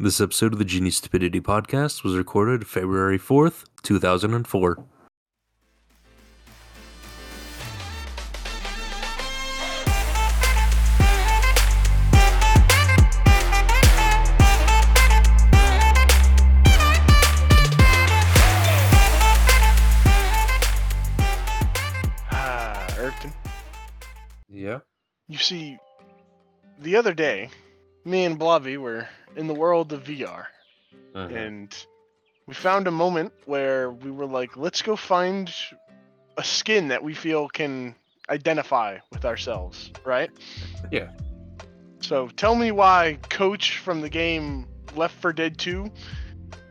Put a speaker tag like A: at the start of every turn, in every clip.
A: This episode of the Genie Stupidity Podcast was recorded February 4th, 2004.
B: Ah, Irvin,
A: Yeah.
B: you see, the other day, me and Blobby were in the world of VR,
A: Uh-huh.
B: and we found a moment where we were like, let's go find a skin that we feel can identify with ourselves, right?
A: Yeah.
B: So tell me why Coach from the game Left 4 Dead 2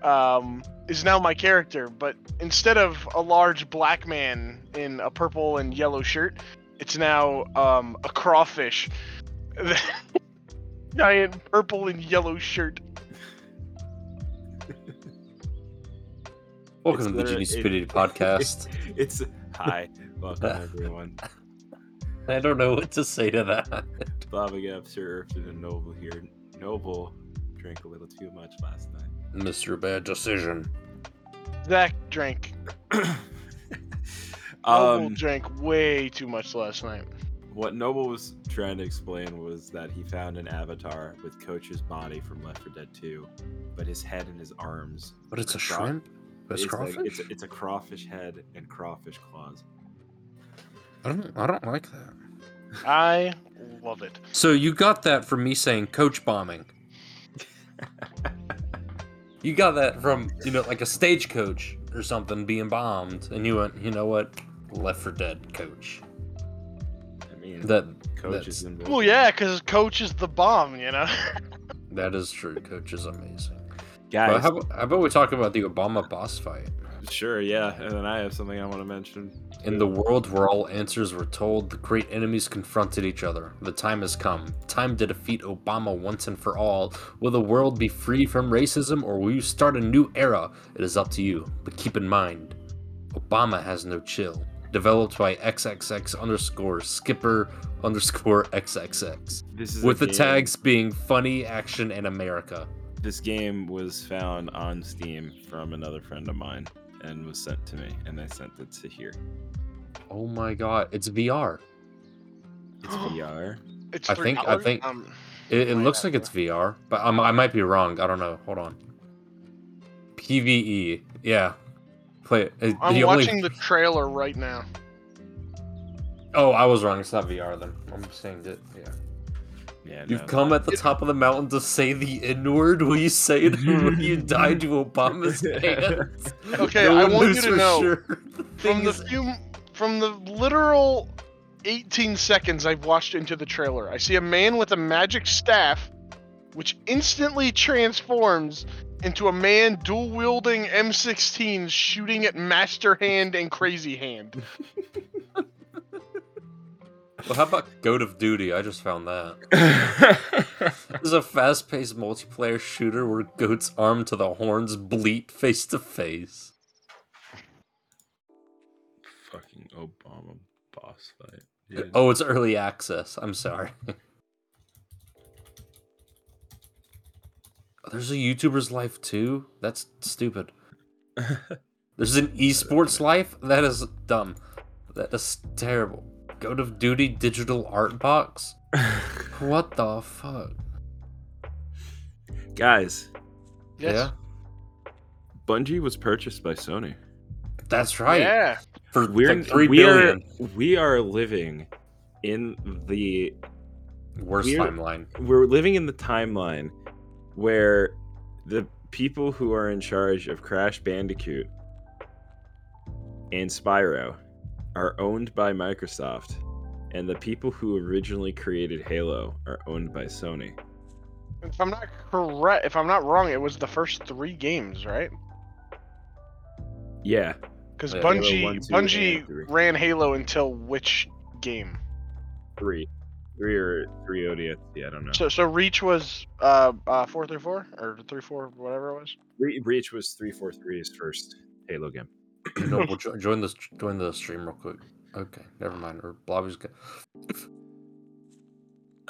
B: um, is now my character, but instead of a large black man in a purple and yellow shirt, it's now um, a crawfish. Giant purple and yellow shirt.
A: Welcome to
C: It's
A: the
C: literally-
A: Genie Stupidity
C: it-
A: Podcast.
C: It's hi, welcome everyone.
A: I don't know what to say to that.
C: Bob again, Sir Irfton and Noble here. Noble drank a little too much last night.
A: Mr. Bad Decision.
B: Zach drank. Noble
C: um,
B: drank way too much last night.
C: what Noble was trying to explain was that he found an avatar with Coach's body from Left 4 Dead 2, but his head and his arms.
A: But it's a
C: Craw-
A: shrimp? That's
C: it's like-
A: crawfish?
C: it's, a, it's a crawfish head and crawfish claws.
A: I, don't, I don't like that.
B: I love it.
A: So you got that from me saying coach bombing. you got that from, you know, like a stagecoach or something being bombed. And you went, you know what? Left for dead coach.
C: I mean,
A: That
C: Coach is involved.
B: Well, yeah, because Coach is the bomb, you know?
A: that is true. Coach is amazing. But
C: guys.
A: how, how about we talk about the Obama boss fight?
C: Sure, yeah. And then I have something I want to mention.
A: In the world where all answers were told, the great enemies confronted each other. The time has come. Time to defeat Obama once and for all. Will the world be free from racism or will you start a new era? It is up to you. But keep in mind, Obama has no chill. Developed by XXX underscore skipper underscore XXX.
C: This is a
A: With the
C: game-
A: tags being funny, action, and America.
C: this game was found on Steam from another friend of mine and was sent to me, and I sent it to here.
A: Oh my god, it's VR.
C: It's VR.
B: It's
A: I think- I
B: $3?
A: think-
B: Um,
A: It, it
B: Might
A: looks like
B: have
A: it's VR, but I'm, I might be wrong. I don't know. Hold on. PVE. Yeah. Play it. It-
B: I'm
A: the only-
B: watching the trailer right now.
A: Oh, I was wrong. It's not VR then. I'm saying it. Yeah.
C: Yeah,
A: You've
C: no.
A: come at the top of the mountain to say the N word. Will you say it when you die to Obama's hands?
B: Okay,
A: No
B: I
A: one
B: want you
A: knows
B: to
A: for
B: know,
A: sure. The
B: From
A: thing
B: the
A: is-
B: few, from the literal 18 seconds I've watched into the trailer, I see a man with a magic staff, which instantly transforms into a man dual wielding M16 shooting at Master Hand and Crazy Hand.
A: Well, how about Goat of Duty? I just found that. This is a fast paced multiplayer shooter where goats armed to the horns bleat face to face.
C: Fucking Obama boss fight. dude.
A: Oh, it's early access. I'm sorry. There's a YouTuber's life too? That's stupid. There's an esports life? That is dumb. That is terrible. Goat of Duty digital art box? What the fuck?
C: Guys,
B: Yes.
A: Yeah.
C: Bungie was purchased by Sony.
A: That's right.
B: Yeah.
A: For
C: We're
A: like three
C: we are
A: billion.
C: we are living in the
A: Worst
C: we're-
A: timeline.
C: we're living in the timeline where the people who are in charge of Crash Bandicoot and Spyro are owned by Microsoft, and the people who originally created Halo are owned by Sony.
B: If I'm not correct, if I'm not wrong, it was the first three games, right?
C: Yeah,
B: Because
A: Yeah, Halo
B: Bungie
C: 1, 2, and
B: Bungie
C: 3.
B: ran Halo until which game?
C: three, three or three ODST. I don't know.
B: So so Reach was uh, uh four three four or three four whatever it was.
C: Re- Reach was 343's first Halo game.
A: No, we'll jo- join this join the stream real quick. Okay, never mind. Or Blobby's good.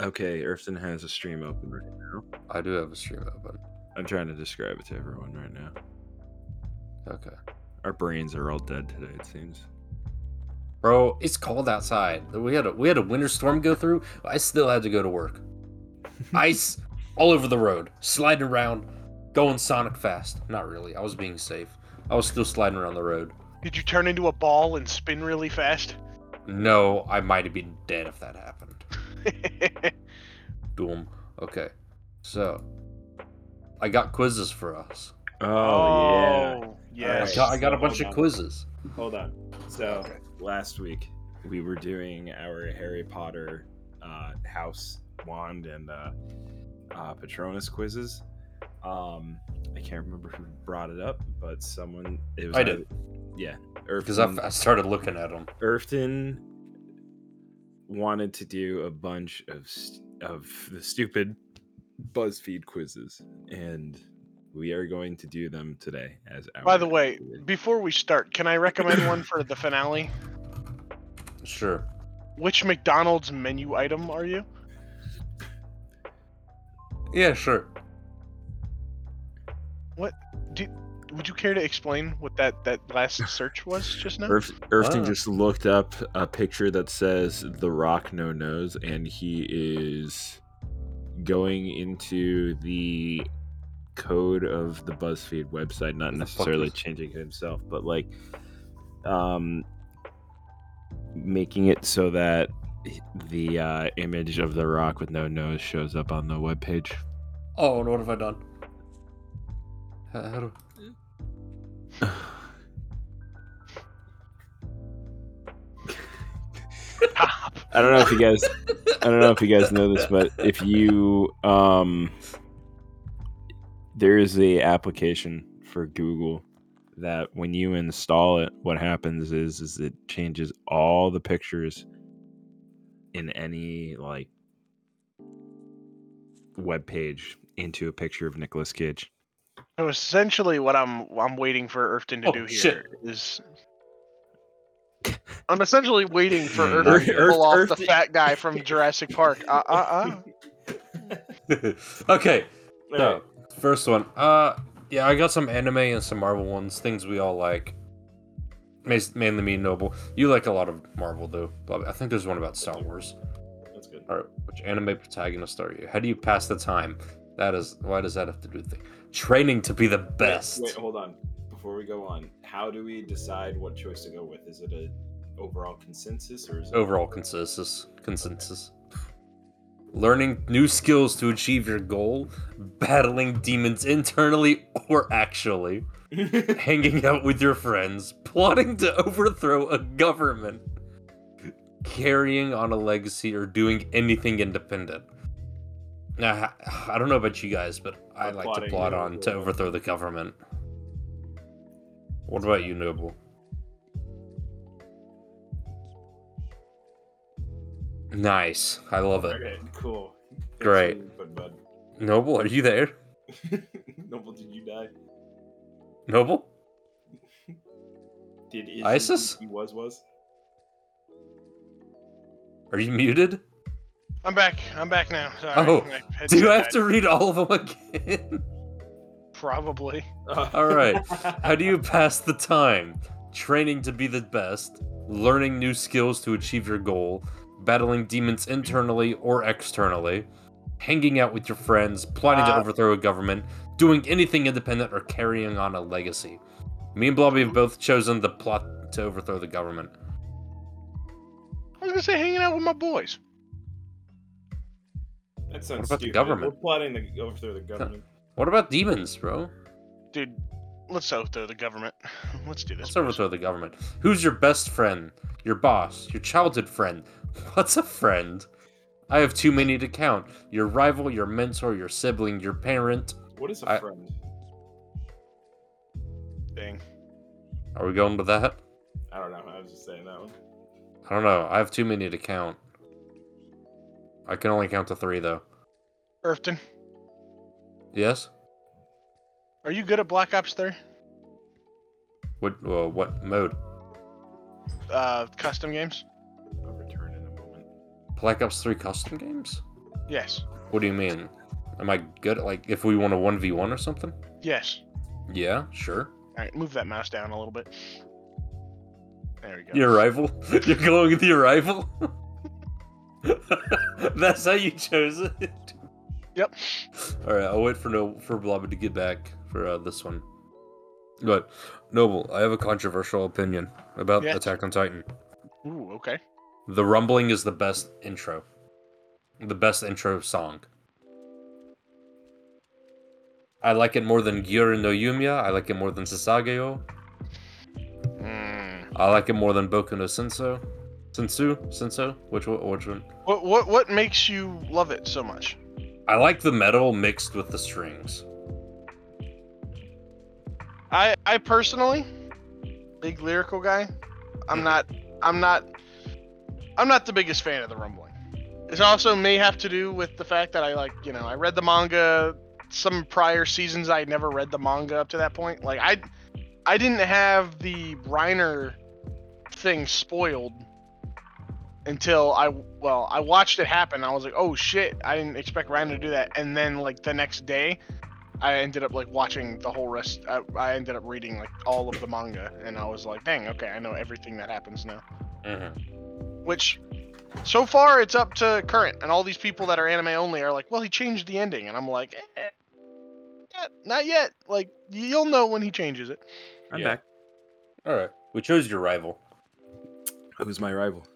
C: Okay, Irfton has a stream open right now.
A: I do have a stream open.
C: I'm trying to describe it to everyone right now.
A: Okay.
C: Our brains are all dead today, it seems.
A: Bro, it's cold outside. We had a we had a winter storm go through. I still had to go to work. Ice all over the road, sliding around, going sonic fast. Not really. I was being safe. I was still sliding around the road.
B: Did you turn into a ball and spin really fast?
A: No, I might have been dead if that happened. Doom. Okay. So I got quizzes for us.
C: Oh,
A: I
B: Yes.
A: got, I got a
C: so
A: bunch
C: hold
A: of
C: on.
A: quizzes.
C: Hold on. So last week we were doing our Harry Potter uh, house wand and uh, uh, Patronus quizzes. Um, I can't remember who brought it up, but someone it was
A: I
C: either-
A: did.
C: Yeah,
A: Because I,
C: Irfton,
A: I started looking at them.
C: Irfton wanted to do a bunch of st- of the stupid BuzzFeed quizzes, and we are going to do them today. As our
B: By the way, before we start, can I recommend one for the finale?
A: Sure.
B: Which McDonald's menu item are you?
A: Yeah, sure.
B: Would you care to explain what that, that last search was just now?
C: Irf- Irfton
A: Wow.
C: just looked up a picture that says The Rock No Nose, and he is going into the code of the BuzzFeed website,
A: What
C: not
A: the fuck
C: necessarily
A: is-
C: changing it himself, but like um, making it so that the uh, image of The Rock with no nose shows up on the webpage.
A: Oh, and what have I done? How, how do...
B: Stop.
C: I don't know if you guys I don't know if you guys know this, but if you um there is a application for Google that when you install it, what happens is is it changes all the pictures in any like web page into a picture of Nicolas Cage.
B: So essentially, what I'm I'm waiting for Irfton to
A: Oh,
B: do here
A: shit.
B: is- I'm essentially waiting for
A: Mm.
B: Irfton to
C: Irf-
B: pull off the
C: Irfton-
B: fat guy from Jurassic Park. Uh, uh, uh.
A: okay, so first one. Uh, yeah, I got some anime and some Marvel ones, things we all like. Mas- Mainly me, and Noble. You like a lot of Marvel, though. Blah- I think there's one about Star Wars.
C: That's good.
A: All right, which anime protagonist are you? How do you pass the time? That is why does that have to do with thing? Training to be the
C: Wait,
A: best.
C: Wait, hold on. Before we go on, how do we decide what choice to go with? Is it a overall consensus or is it
A: Overall consensus. Consensus. Learning new skills to achieve your goal, battling demons internally or actually. hanging out with your friends, plotting to overthrow a government, carrying on a legacy, or doing anything independent. Now, I- I don't know about you guys, but I
C: I'm
A: like to
C: plotting
A: plot
C: to
A: on to
C: overthrow-
A: overthrow the government. What about you, Noble? Nice. I love it.
C: Okay, cool. Thanks for
A: Great.
C: your input, bud.
A: Noble, are you there?
C: Noble, did you die?
A: Noble?
C: Did is he-
A: Isis?
C: He was was.
A: Are you muted?
B: I'm back. I'm back now. Sorry.
A: Oh,
B: my
A: Do
B: headset
A: you have
B: died.
A: to read all of them again?
B: Probably.
A: All right. How do you pass the time? Training to be the best, learning new skills to achieve your goal, battling demons internally or externally, hanging out with your friends, plotting to
B: Uh,
A: overthrow a government, doing anything independent, or carrying on a legacy. Me and Blobby have both chosen the plot to overthrow the government.
B: I was gonna say hanging out with my boys.
C: That sounds
A: What about the
C: stupid.
A: government?
C: We're plotting to overthrow the government.
A: What about demons, bro?
B: Dude, let's overthrow the government. Let's do this.
A: Let's
B: boys.
A: overthrow the government. Who's your best friend? Your boss? Your childhood friend? What's a friend? I have too many to count. Your rival, your mentor, your sibling, your parent.
C: What is a
A: I-
C: friend?
B: Dang.
A: Are we going with that?
C: I don't know. I was just saying that one.
A: I don't know. I have too many to count. I can only count to three, though.
B: Irfton,
A: Yes?
B: are you good at Black Ops 3?
A: What? Uh, what mode?
B: Uh, custom games?
C: I'll return in a moment.
A: Black Ops 3 custom games?
B: Yes.
A: What do you mean? Am I good at like if we want a one v one or something?
B: Yes.
A: Yeah, sure.
B: All right, move that mouse down a little bit. There we go.
A: Your rival? You're going with your rival? That's how you chose it.
B: Yep.
A: All right, I'll wait for no for Blobby to get back for uh, this one. But Noble, I have a controversial opinion about
B: Yes.
A: Attack on Titan.
B: Ooh, okay.
A: The Rumbling is the best intro. The best intro song. I like it more than Gyuri no Yumiya. I like it more than Sasageo.
B: Mm.
A: I like it more than Boku no Senso. Sensu? Senso? Which one? Which one?
B: What what what makes you love it so much?
A: I like the metal mixed with the strings.
B: I I personally, big lyrical guy. I'm not I'm not I'm not the biggest fan of the rumbling. This also may have to do with the fact that I like you know I read the manga some prior seasons I had never read the manga up to that point. Like I I didn't have the Reiner thing spoiled until I well I watched it happen. I was like oh shit I didn't expect Reiner to do that. And then like the next day I ended up like watching the whole rest. I, I ended up reading like all of the manga, and I was like, dang, okay, I know everything that happens now.
A: Mm-hmm.
B: Which, so far, it's up to current, and all these people that are anime only are like, well, he changed the ending, and I'm like, eh, eh, eh, not yet. Like, you'll know when he changes it.
D: I'm
A: Yeah.
D: back.
A: All right. We chose your rival.
D: Who's my rival?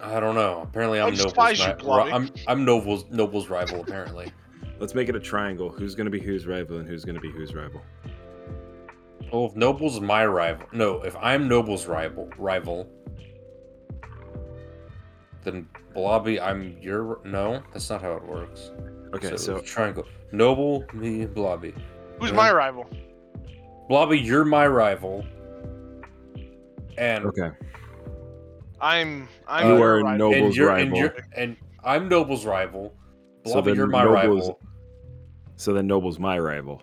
A: I don't know. Apparently, I'm
B: I
A: Noble's.
B: despise you,
A: ri-
B: Blobby.
A: I'm I'm Noble's Noble's rival. Apparently,
D: Let's make it a triangle. Who's gonna be whose rival and who's gonna be whose rival?
A: well, if Noble's my rival, no, if I'm Noble's rival, rival, then Blobby, I'm your. No, that's not how it works.
D: Okay, so,
A: triangle. Noble, me, Blobby.
B: Who's
A: Yeah.
B: my rival?
A: Blobby, you're my rival. And
D: okay,
B: I'm. I'm.
A: You
B: your
D: are
B: rival.
D: no-
A: and
D: Noble's
A: you're,
D: rival.
A: And, you're, and I'm Noble's rival.
D: So
A: Blobby,
D: then
A: you're my
D: Noble is-
A: rival.
D: so then Noble's my rival.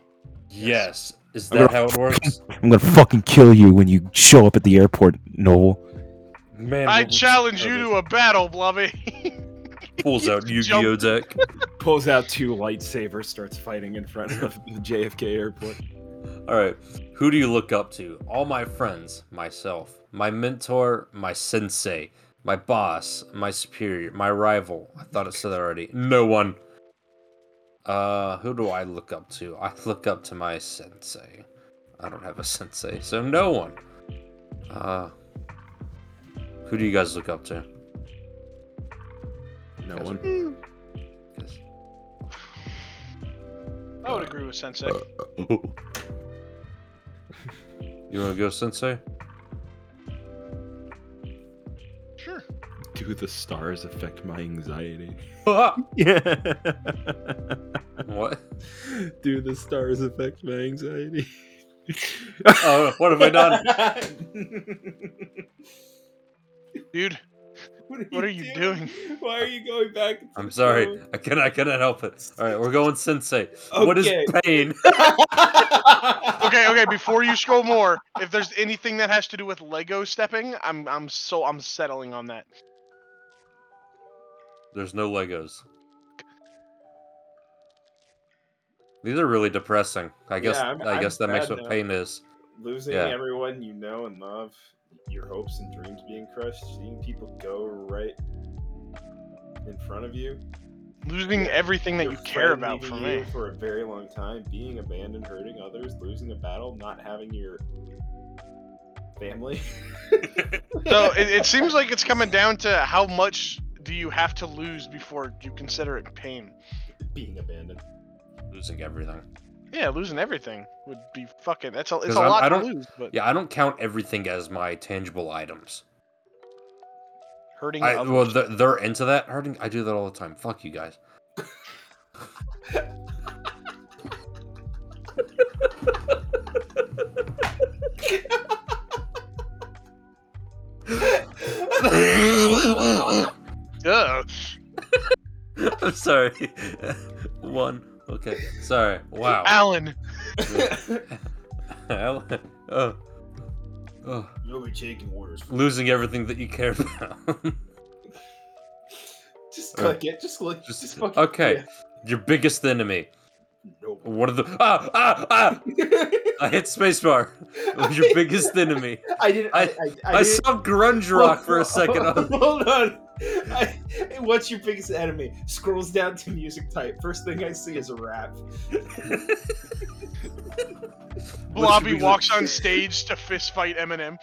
A: Yes. Is that how it works?
E: I'm gonna fucking kill you when you show up at the airport, Noble.
A: Man,
B: I
A: Noble
B: challenge you
A: Okay.
B: to a battle, Blobby.
A: pulls out Yu-Gi-Oh deck.
D: Pulls out two lightsabers, starts fighting in front of the JFK airport.
A: All right. Who do you look up to? All my friends, myself, my mentor, my sensei, my boss, my superior, my rival. I thought it said that already. No one. Uh, who do I look up to? I look up to my sensei. I don't have a sensei, so no one. Uh, who do you guys look up to?
D: No
A: Gotcha.
D: one.
B: I would agree with Sensei.
A: Uh, You want to go, sensei?
B: Sure.
D: Do the stars affect my anxiety?
A: what?
D: Yeah. Do the stars affect my anxiety?
A: Oh, what have I done?
B: Dude,
D: What are,
B: what are you doing?
D: Why are you going back? to
A: I'm
D: the
A: sorry.
F: Mm.
D: show?
A: I can I cannot help it. All right, we're going sensei. What is
D: Okay.
A: pain?
B: okay, okay. Before you scroll more, if there's anything that has to do with Lego stepping, I'm I'm so I'm settling on that.
A: There's no Legos. These are really depressing. I guess
F: Yeah, I'm-
A: I guess
F: I'm
A: that makes
F: sad
A: what
F: now.
A: pain is.
F: losing
A: Yeah.
F: everyone you know and love, your hopes and dreams being crushed, seeing people go right in front of you,
B: Losing everything that
F: your
B: you care
F: friend
B: about
F: leaving
B: for
F: you
B: me.
F: for a very long time, being abandoned, hurting others, losing a battle, not having your family.
B: So it, it seems like it's coming down to how much do you have to lose before you consider it pain.
F: being abandoned.
A: Losing everything.
B: Yeah, losing everything would be fucking. That's a it's
A: 'Cause
B: a
A: I'm-
B: lot
A: I
B: to
A: don't-
B: lose, but
A: Yeah, I don't count everything as my tangible items.
B: hurting
A: I
B: others.
A: well, they're, they're into that hurting. I do that all the time. Fuck you guys.
B: Duh.
A: I'm sorry. One. Okay. Sorry. Wow.
B: Alan,
A: Al- oh. Oh.
F: You'll be taking orders. From
A: Losing everything that you care about.
F: just
A: click
F: click it. Just click.
A: Just-
F: Just,
A: okay. Your biggest enemy.
F: Nope.
A: One of the ah ah ah. I hit spacebar. Your biggest enemy.
C: I didn't. I, I,
A: I
C: I, didn't-
A: saw grunge rock for a second. I was-
C: Hold on. I, what's your biggest enemy? Scrolls down to music type. First thing I see is a rap.
B: Blobby
A: biggest-
B: walks on stage to fist fight Eminem.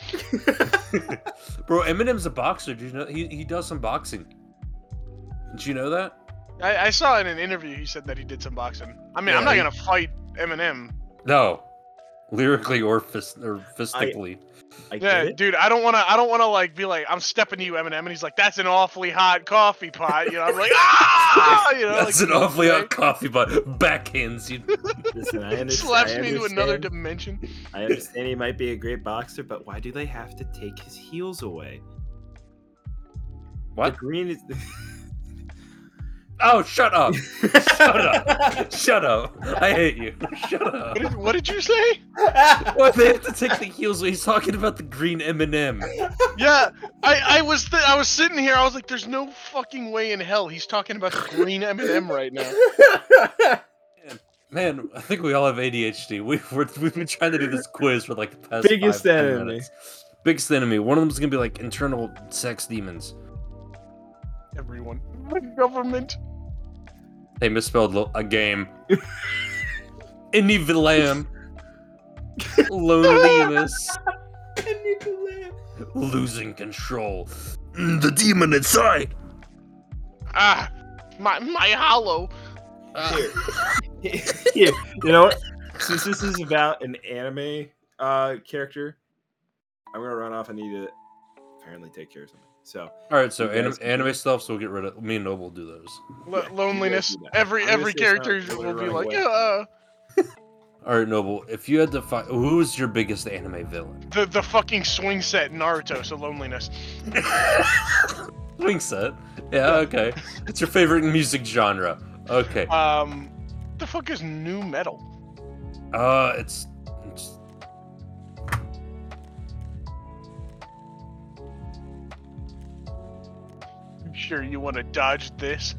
A: Bro, Eminem's a boxer. Do you know he he does some boxing? Did you know that?
B: I, I saw in an interview he said that he did some boxing. I mean,
A: Yeah,
B: I'm not
A: he-
B: gonna fight Eminem.
A: No, lyrically or fist or fistically.
D: I
B: Yeah,
D: get it.
B: dude, I don't wanna, I don't wanna like be like, I'm stepping to you, Eminem, and he's like, that's an awfully hot coffee pot. You know, I'm like, ah, you know,
A: That's
B: like,
A: an awfully
B: okay.
A: hot coffee, but backhands you.
D: Listen, I under-
B: Slaps
D: I
B: me into another
D: understand-
B: dimension.
D: I understand he might be a great boxer, but why do they have to take his heels away? The
A: What?
D: green is.
A: Oh, shut up! shut up! Shut up! I hate you! Shut up!
B: What did, what did you say?
A: Why they have to take the heels? He's talking about the green M&M.
B: Yeah, I, I was, th- I was sitting here, I was like, there's no fucking way in hell he's talking about the green Eminem right now.
A: Man, I think we all have ADHD. We, we're, we've been trying to do this quiz for like the past
D: Biggest
A: five, 10
D: enemy.
A: minutes. Biggest enemy. One of them's gonna be like internal sex demons.
B: Everyone, the government.
A: They misspelled lo- a game. Inivilam. Loneliness. Losing control. Mm, The demon inside.
B: Ah, my, my hollow. Ah,
F: Here.
D: Here,
F: You know what? Since this is about an anime uh, character, I'm gonna run off. I need to apparently take care of something. So
A: All right, so
D: You
A: anim-
D: guys can do
A: anime stuff. So we'll get rid of. Me and Noble will do those.
B: Lo-
F: Yeah,
B: loneliness.
F: you guys do that.
B: Every
F: I'm gonna say
B: every
F: it's not
B: character
F: really
B: will be
F: running
B: like,
F: away.
B: uh,
A: All right, Noble. If you had to find, who's your biggest anime villain?
B: the the fucking swing set in Naruto. So loneliness.
A: Wing set. Yeah. Okay. It's your favorite music genre. Okay.
B: Um, the fuck is new metal?
A: Uh, it's. it's
B: I'm sure you want to dodge this.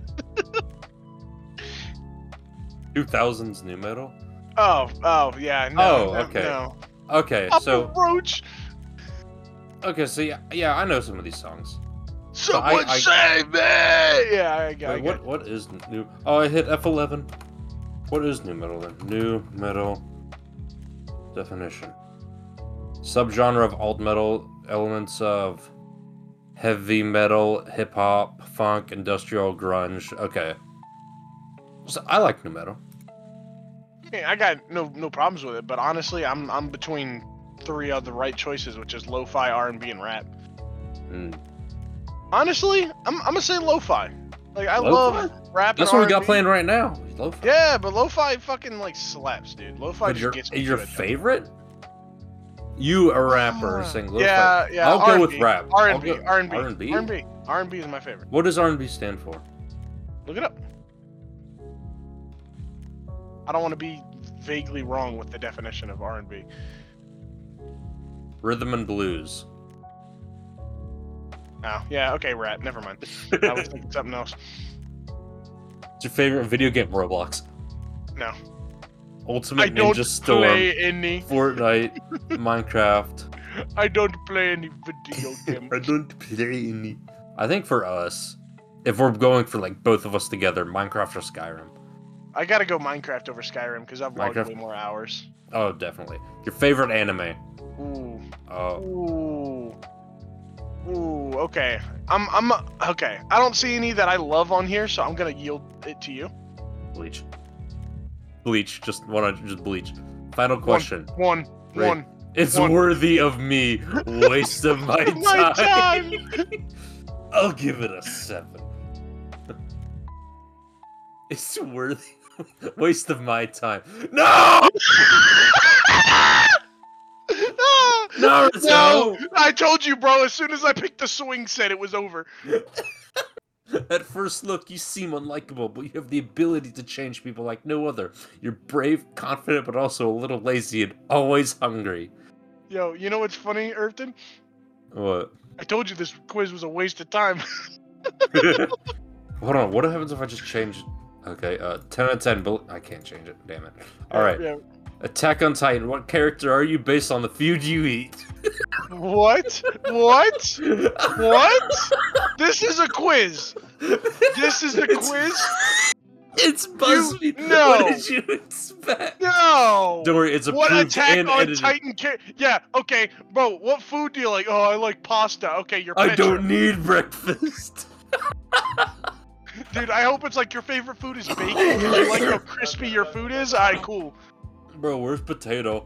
A: 2000s new metal.
B: Oh, oh yeah. No,
A: Oh,
B: no,
A: okay.
B: No.
A: Okay,
B: Papa
A: so
B: Roach,
A: okay, so yeah, yeah, I know some of these songs.
B: someone
A: I-
B: save me! Yeah, I got. I
A: Wait, what
B: got-
A: what is new? Oh, I hit F11. What is new metal then? New metal definition. Subgenre of alt metal, elements of heavy metal, hip hop, funk, industrial, grunge. Okay. So I like new metal.
B: Yeah, I got no no problems with it. But honestly, I'm I'm between three of the right choices, which is lo-fi, R&B, and rap.
A: Mm.
B: Honestly, I'm I'm gonna say lo-fi. Like I
A: Lo-fi?
B: love rap.
A: That's
B: and
A: what we got
B: R&B.
A: playing right now. Lo-fi.
B: Yeah, but lo-fi fucking like slaps, dude. Lo-fi
A: But
B: just
A: your,
B: gets me
A: your
B: good.
A: favorite? You a rapper
B: Ah,
A: saying lo-fi.
B: Yeah, yeah.
A: I'll go
B: R&B.
A: with rap. I'll
B: R&B,
A: go-
B: R&B,
A: R&B?
B: R&B, R&B is my favorite.
A: What does R&B stand for?
B: Look it up. I don't want to be vaguely wrong with the definition of R&B.
A: Rhythm and blues.
B: Oh, yeah. Okay, rap. Never mind. I was thinking something else.
A: What's your favorite video game? Roblox.
B: No.
A: Ultimate
B: I don't
A: Ninja Storm.
B: play any.
A: Fortnite. Minecraft.
B: I don't play any video game.
A: don't play any. I think for us, if we're going for like both of us together, Minecraft or Skyrim.
B: I gotta go Minecraft over Skyrim because I've logged
A: Minecraft.
B: way more hours.
A: Oh, definitely. Your favorite anime.
B: Ooh.
A: Oh,
B: Ooh. Ooh, okay. I'm I'm okay. I don't see any that I love on here, so I'm gonna yield it to you.
A: Bleach. Bleach. Just one. Just Bleach. Final question.
B: One.
A: Right.
B: One.
A: It's
B: One.
A: worthy of me. Waste of my time.
B: Oh My time!
A: I'll give it a seven. It's worthy. Waste of my time. No,
B: Ah!
A: Naruto.
B: No! I told you, bro, as soon as I picked the swing set, it was over.
A: At first look, you seem unlikable, but you have the ability to change people like no other. You're brave, confident, but also a little lazy and always hungry.
B: Yo, you know what's funny, Irvin?
A: What?
B: I told you this quiz was a waste of time.
A: Hold on. What happens if I just change? Okay, uh, 10 out of 10. Bel- I can't change it. Damn it. All right.
B: Yeah.
A: Attack on Titan. What character are you based on the food you eat?
B: What? What? What? This is a quiz. This is a
A: It's-
B: quiz.
A: It's BuzzFeed.
B: no.
A: What did you expect?
B: No.
A: Don't worry, it's
B: What
A: approved
B: attack
A: and
B: on
A: edited.
B: Titan? Ca- yeah. Okay, bro. What food do you like? Oh, I like pasta. Okay, your
A: I
B: pitcher.
A: don't need breakfast.
B: Dude, I hope it's like your favorite food is bacon. and you like how crispy your food is. I cool.
A: Bro, where's potato?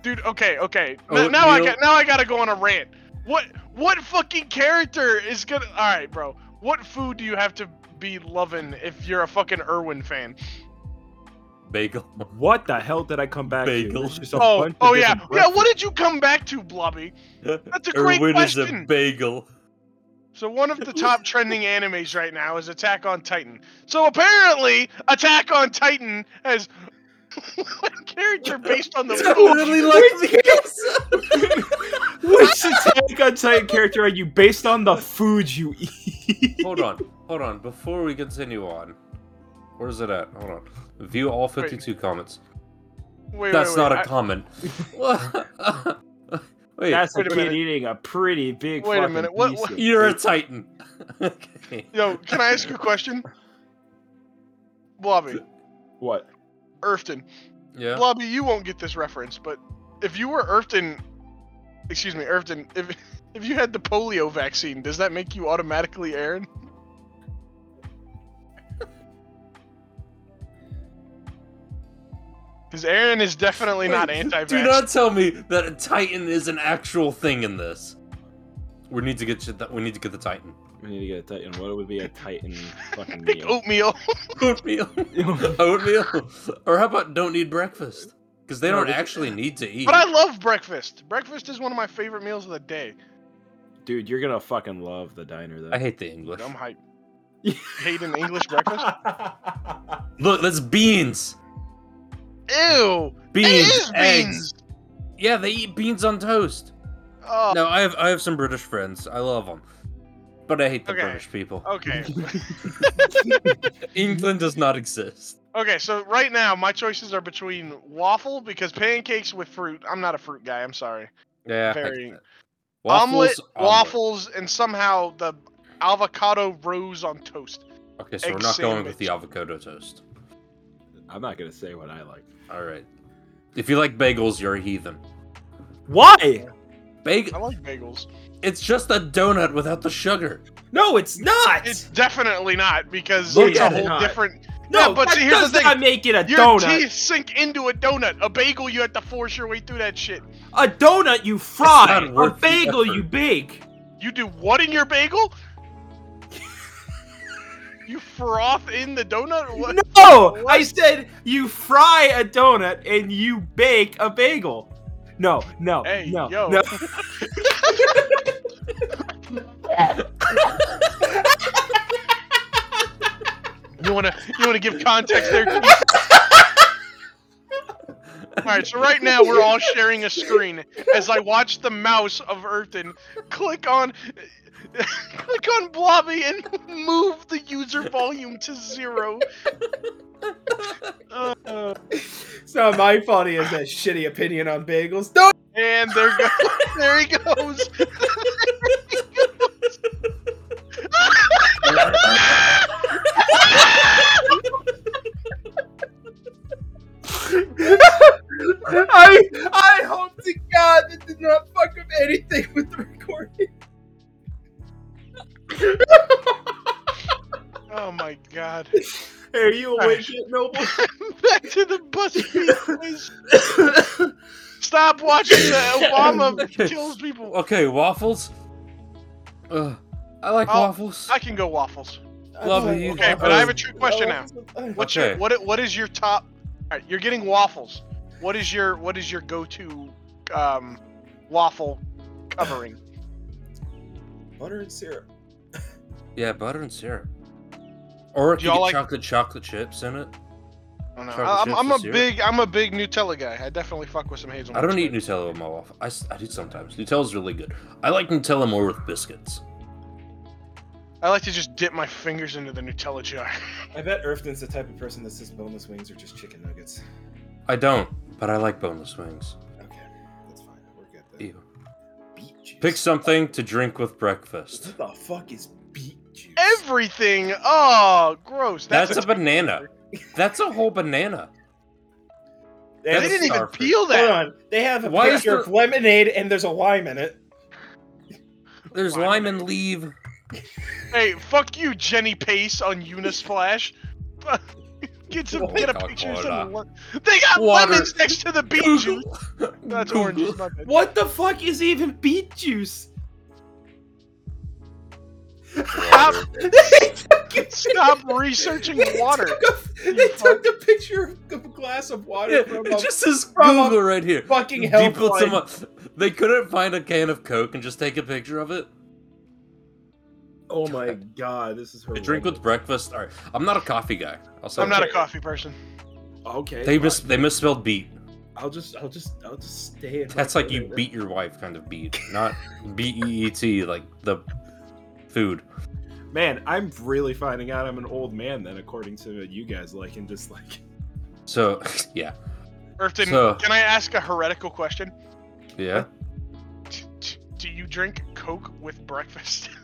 B: Dude, okay, okay. N-
A: Oh,
B: now I
A: Neil-
B: got now I gotta go on a rant. What what fucking character is gonna? All right, bro. What food do you have to be loving if you're a fucking Irwin fan?
A: Bagel.
F: What the hell did I come back to?
A: Bagel.
F: There's just a
B: Oh,
F: bunch of
B: oh yeah,
F: different
B: yeah. What did you come back to, Blobby? That's a great
A: Erwin is a
B: question.
A: bagel.
B: So one of the top trending animes right now is Attack on Titan. So apparently, Attack on Titan has one character based on the food.
F: Which Attack on Titan character are you based on the food you eat?
A: hold on, hold on. Before we continue on, where's it at? Hold on. View all 52 comments.
B: Wait,
A: That's
B: wait,
A: not
B: wait,
A: a comment. Wait,
F: That's a
B: Wait a
F: kid
B: minute.
F: eating a pretty big.
B: Wait a
F: fucking
B: minute, what-
F: piece
B: what-
F: of
A: you're a
F: bacon.
A: titan. okay.
B: I, yo, can I ask you a question? Blobby,
F: what?
B: Irfton,
A: Yeah.
B: Blobby, you won't get this reference, but if you were Irfton, excuse me, Irfton, if if you had the polio vaccine, does that make you automatically Aaron? Because Aaron is definitely not
A: Wait,
B: anti-vax.
A: Do not tell me that a titan is an actual thing in this. We need to get you that. We need to get the titan.
F: We need to get a Titan. What would be a Titan fucking
B: Big
F: meal?
B: oatmeal.
A: Oatmeal. Oatmeal. Or how about don't need breakfast? Because they
F: No,
A: don't
F: this-
A: actually need to eat.
B: But I love breakfast. Breakfast is one of my favorite meals of the day.
F: Dude, you're gonna fucking love the diner though.
A: I hate the English.
B: I'm hype. You hate an English breakfast?
A: Look, that's beans.
B: Ew!
A: Beans.
B: it is
A: eggs.
B: beans!
A: Yeah, they eat beans on toast.
B: Oh,
A: No, I have I have some British friends. I love them, but I hate the
B: Okay.
A: British people.
B: okay.
A: England does not exist.
B: Okay, so right now my choices are between waffle because pancakes with fruit. I'm not a fruit guy. I'm sorry.
A: Yeah. I
B: Very-
A: get that.
B: omelet,
A: Waffles, omelet.
B: waffles, and somehow the avocado rose on toast.
A: Okay, so we're
B: egg
A: not going with the
B: sandwich.
A: avocado toast.
F: I'm not gonna say what I like.
A: All right. If you like bagels, you're a heathen.
F: Why?
B: I
A: Bagel.
B: like bagels.
A: It's just a donut without the sugar.
C: No, it's not.
B: It's definitely not because
F: Look
B: it's a
F: at
B: whole
F: it.
B: different.
C: no,
B: yeah, but
C: that
B: see, here's the
C: does
B: thing.
C: not make it a
B: Your
C: donut.
B: teeth sink into a donut. A bagel, you have to force your way through that shit.
C: A donut you fry,
A: not
C: or
A: worth the
C: bagel
A: effort.
C: you bake.
B: You do what in your bagel? you froth in the donut? or What?
C: No,
B: What?
C: I said you fry a donut and you bake a bagel. No, no,
B: Hey,
C: no,
B: yo.
C: no.
B: You wanna you wanna give context there? Keith? all right, so right now we're all sharing a screen as I watch the mouse of Earthen click on click on Blobby and move the user volume to zero. Uh,
C: So my funny is that shitty opinion on bagels. No,
B: and there goes there he goes.
C: I, I hope to God it did not fuck up anything with the recording.
B: Oh my god.
C: Are you
B: awake
C: yet, Noble?
B: Back to the BuzzFeed quiz. Stop watching the Obama kills people.
A: Okay, waffles. Ugh, I like
B: Oh,
A: waffles.
B: I can go waffles.
A: Love you.
B: Okay, but I have a trick question now. What's your
A: Okay.
B: what? i- What is your top? All right, you're getting waffles. What is your what is your go-to um, waffle covering?
C: uh,
F: Butter and syrup.
A: Yeah, butter and syrup. Or if
B: Do
A: you
B: y'all
A: get
B: like- Mm-hmm.
A: chocolate chocolate chips in it.
B: I don't know.
A: Chocolate
B: I- I'm,
A: chips
B: I'm
A: with
B: a
A: syrup?
B: big I'm a big Nutella guy. I definitely fuck with some hazelnut.
A: I don't eat Nutella with my waffle. I, s- I do sometimes. Nutella's really good. I like Nutella more with biscuits.
B: I like to just dip my fingers into the Nutella jar.
F: I bet Irfton's the type of person that says boneless wings are just chicken nuggets.
A: I don't, but I like boneless wings.
F: Okay, that's fine. We're good then.
A: Ew.
F: Beet juice.
A: Pick something to drink with breakfast.
F: What the fuck is beet juice?
B: Everything. Oh, gross. That's,
A: That's a banana. That's a whole banana.
F: They
B: They
F: have,
A: That's a
B: didn't even
A: starfish.
B: peel
C: Hold
B: that.
C: on. They have a
A: Why is
C: picture
A: there-
C: of lemonade and there's a lime in it.
A: There's
B: Why
A: lime and leave.
B: Hey, fuck you, Jenny Pace on Unisplash. Get some get a pictures of the
A: Coca-Cola.
B: lem- They got
A: Water.
B: lemons next to the beet juice. That's oranges. My bad.
C: What the fuck is even beet juice?
B: Stop,
C: they took it.
B: stop researching
C: They
B: water.
C: took a- they took the picture of a glass of water
A: Yeah,
C: from
A: it
C: a
A: just says
C: from a
A: Google right here.
C: fucking
A: Deep
C: help.
A: puts them up. uh, They couldn't find a can of Coke and just take a picture of it.
F: oh my god, this is
A: A
F: horrible.
A: drink with breakfast. All right, I'm not a coffee guy. I'll say
B: I'm not a
A: that.
B: coffee person.
F: Okay.
A: They
F: fine.
A: mis- they misspelled beat.
F: I'll just, I'll just, I'll just stay. In my
A: That's like you
F: room.
A: beat your wife kind of beat, not B E E T like the food.
F: Man, I'm really finding out I'm an old man then, according to what you guys like and dislike.
A: So yeah,
B: Irfton,
A: So-
B: can I ask a heretical question?
A: yeah.
B: T- t- Do you drink Coke with breakfast?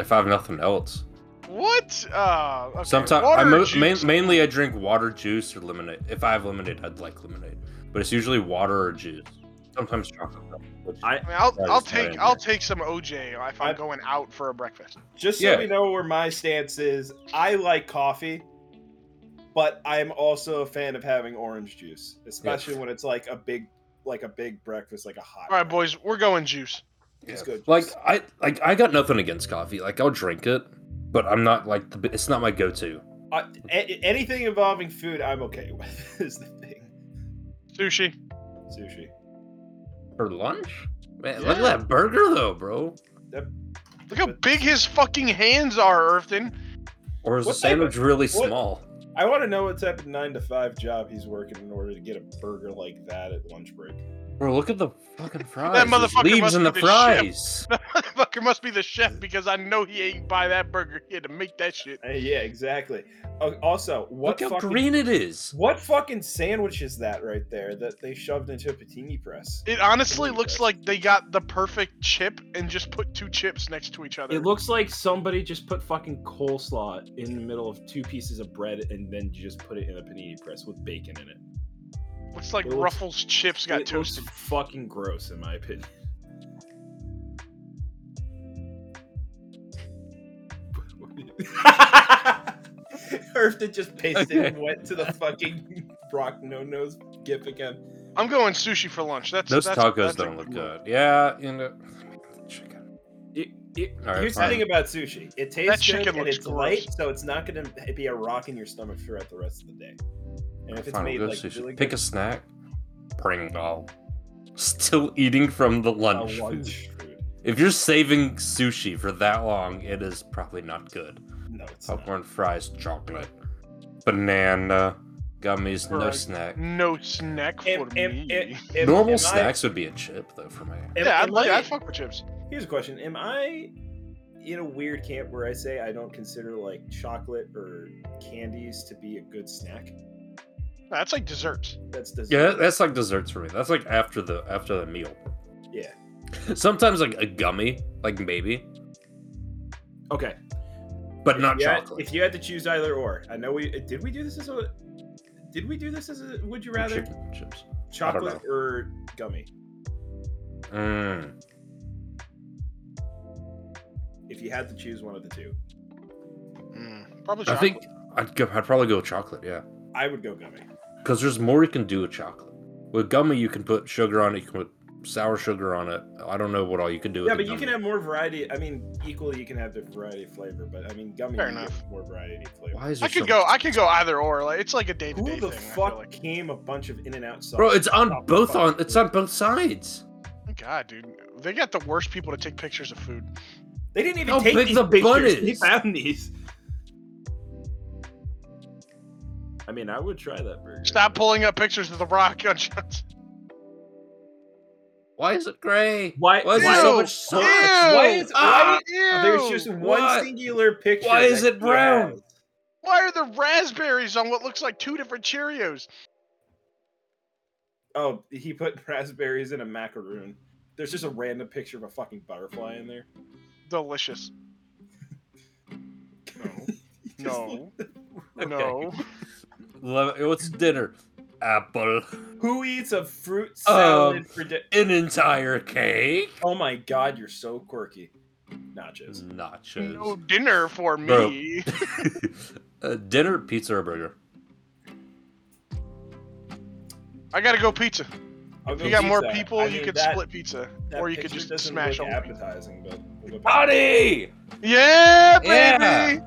A: If I have nothing else,
B: what? Uh, okay.
A: sometimes
B: water
A: I
B: or
A: mo- main-
B: juice?
A: mainly I drink water, juice, or lemonade. If I have lemonade, I'd like lemonade, but it's usually water or juice. Sometimes chocolate.
F: I-
B: I mean, I'll,
A: That
B: I'll
A: is not
B: take
A: in there.
B: I'll take some OJ if I'm
C: I-
B: going out for a breakfast.
C: Just so
A: Yeah.
C: we know where my stance is, I like coffee, but I'm also a fan of having orange juice, especially when it's like a big, like a big breakfast, like a hot.
B: All right, boys, we're going juice.
C: It's good.
A: Like
C: juice.
A: I like I got nothing against coffee. Like I'll drink it, but I'm not like the, it's not my go-to.
C: I- Uh, a- anything involving food, I'm okay with. Is the thing.
B: Sushi.
C: Sushi.
A: For lunch? Man, look at that burger though, bro.
B: Look how big his fucking hands are, Irfton.
A: Or is
C: What
A: the
C: type of-
A: sandwich really
C: what-
A: small?
C: I want to know what type of nine to five job he's working in order to get a burger like that at lunch break.
A: Bro, look at the fucking fries. There's
B: motherfucker
A: leaves
B: must
A: in
B: be
A: the
B: the chef.
A: fries.
B: Fucker must be the chef because I know he ain't buy that burger here to make that shit.
C: Uh, yeah, exactly. Uh, also, what
A: Look how
C: fucking,
A: green it is.
C: what fucking sandwich is that right there that they shoved into a panini press?
B: It honestly looks
C: Yes.
B: like they got the perfect chip and just put two chips next to each other.
F: It looks like somebody just put fucking coleslaw in the middle of two pieces of bread and then just put it in a panini press with bacon in it.
B: Looks like
F: it looks-
B: Ruffles chips got
F: It looks
B: toasted.
F: fucking gross, in my opinion.
C: Irfton just pasted
A: Okay.
C: and went to the fucking Brock No Nose gif again.
B: I'm going sushi for lunch. That's
A: Those
B: that's,
A: tacos
B: that's a-
A: don't look good. Yeah, you know. Chicken.
F: It, it,
A: All right,
C: Here's the
A: fine.
C: thing about sushi: it
B: That
C: tastes
B: chicken
C: good and
B: looks
C: it's light,
B: gross.
C: so it's not going to be a rock in your stomach throughout the rest of the day. And if it's
A: Fine, we'll
C: made
A: go
C: like
A: sushi.
C: really
A: Pick
C: good,
A: a snack. Pringle. Still eating from the
C: uh,
A: lunch.
C: lunch food,
A: If you're saving sushi for that long, it is probably not good.
C: no, it's not.
A: Popcorn fries, chocolate, banana, gummies, no
B: Right.
A: snack.
B: No snack for
C: Am- am-
B: me.
C: am- am-
A: Normal
C: am I-
A: snacks would be a chip though for me.
C: am-
B: yeah, I'd,
C: am
B: yeah,
C: I-
B: I'd fuck with chips.
C: Here's a question: Am I in a weird camp where I say I don't consider like chocolate or candies to be a good snack?
B: No, that's like desserts.
C: That's dessert.
A: Yeah, that's like desserts for me. That's like after the after the meal.
C: Yeah.
A: Sometimes like a gummy, like maybe,
F: okay,
A: but not
C: if you had-
A: chocolate.
C: if you had to choose either or, I know we did. We do this as a. Did we do this as a? Would you
A: Or
C: rather
A: chicken chips.
C: chocolate or gummy?
A: Mm.
C: If you had to choose one of the two,
F: Hmm.
B: Mm, probably
A: I
B: chocolate.
A: think I'd go, I'd probably go with chocolate. Yeah,
C: I would go gummy.
A: because there's more you can do with chocolate. With gummy, you can put sugar on it. You can put sour sugar on it. I don't know what all you can do. with
C: Yeah,
A: a
C: but you can
A: gummy.
C: have more variety. I mean, equally you can have the variety of flavor, but I mean, gummy
B: Fair
C: you get
B: enough.
C: more variety of flavor.
A: Why is
B: I
A: there so
B: could go.
A: much-
B: I could go either or. Like it's like a day to day thing.
C: Who the
B: I feel
C: fuck
B: like.
C: came a bunch of in and out sauce?
A: Bro, it's on
C: Top
A: both
C: fucking
A: on it's on both sides.
B: God, dude, they got the worst people to take pictures of food.
C: They didn't even
A: How
C: take
A: big
C: these
A: the bun
C: pictures. They
A: is.
C: found these.
F: I mean, I would try that burger.
B: Stop pulling up pictures of the Rock on Johnson.
A: Why is it gray?
D: Why?
A: Why is
D: why
A: there so
B: Ew.
A: much sun?
B: Ew.
C: Why is why, there's
B: Ew.
C: just one
A: Why-
C: singular picture?
A: why is
C: that
A: it
C: he
A: brown?
C: has.
B: Why are the raspberries on what looks like two different Cheerios?
C: Oh, he put raspberries in a macaroon. There's just a random picture of a fucking butterfly in there.
B: Delicious. No. No.
A: Okay.
B: No.
A: Love it. What's dinner? Apple.
C: Who eats a
A: Um,
C: fruit salad for di-
A: An entire cake.
C: Oh my god, you're so quirky. Nachos.
F: Mm.
A: Nachos.
B: No dinner for
A: Bro.
B: me.
A: uh, dinner, pizza, or burger.
B: I gotta go pizza.
C: I'll
B: If
C: go
B: you got more
C: pizza.
B: people,
C: I
B: you
C: mean,
B: could
C: that-
B: split pizza.
C: that
B: or you could
C: picture
B: just
C: doesn't
B: smash
C: look
B: all three.
C: appetizing, but we'll go back.
A: Howdy!
B: Yeah, baby!
A: Yeah.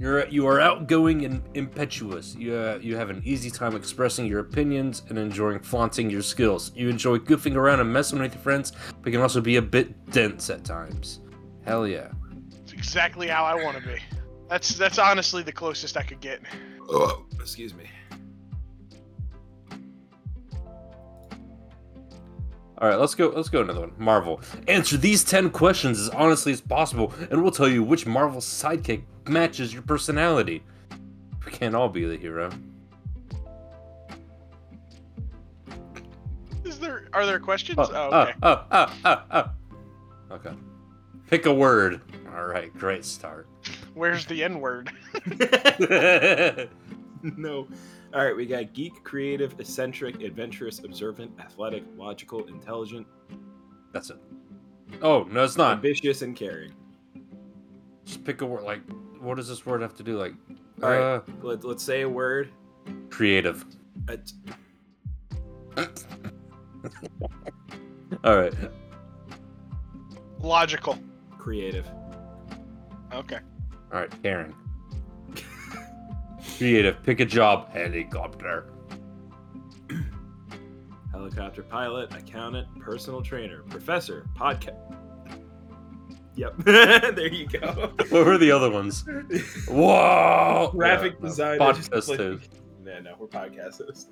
A: You're you are outgoing and impetuous. You uh, you have an easy time expressing your opinions and enjoying flaunting your skills. You enjoy goofing around and messing with your friends, but can also be a bit dense at times. Hell yeah.
B: It's exactly how I want to be. That's that's honestly the closest I could get.
F: Oh, excuse me.
A: All right, let's go. Let's go another one. Marvel. Answer these ten questions as honestly as possible, and we'll tell you which Marvel sidekick matches your personality. We can't all be the hero.
B: Is there are there questions?
A: Oh,
B: oh,
A: oh,
B: okay.
A: oh, oh, oh, oh. Okay. Pick a word. All right, great start.
B: Where's the N word?
F: no. All right, we got geek, creative, eccentric, adventurous, observant, athletic, logical, intelligent,
A: That's it. Oh no, it's not.
F: ambitious, and caring.
A: Just pick a word. Like, what does this word have to do? Like,
F: All right.
A: uh,
F: Let, let's say a word.
A: creative.
F: Uh,
A: All right.
B: Logical.
F: creative.
B: Okay.
A: All right, Karen. creative. Pick a job. Helicopter.
F: Helicopter pilot, accountant, personal trainer, professor, podcast. Yep. there you go.
A: What were the other ones? Whoa!
C: Graphic
A: no.
C: design, I just
A: Podcast
C: clicked-
A: host.
C: Nah, no, we're podcasters.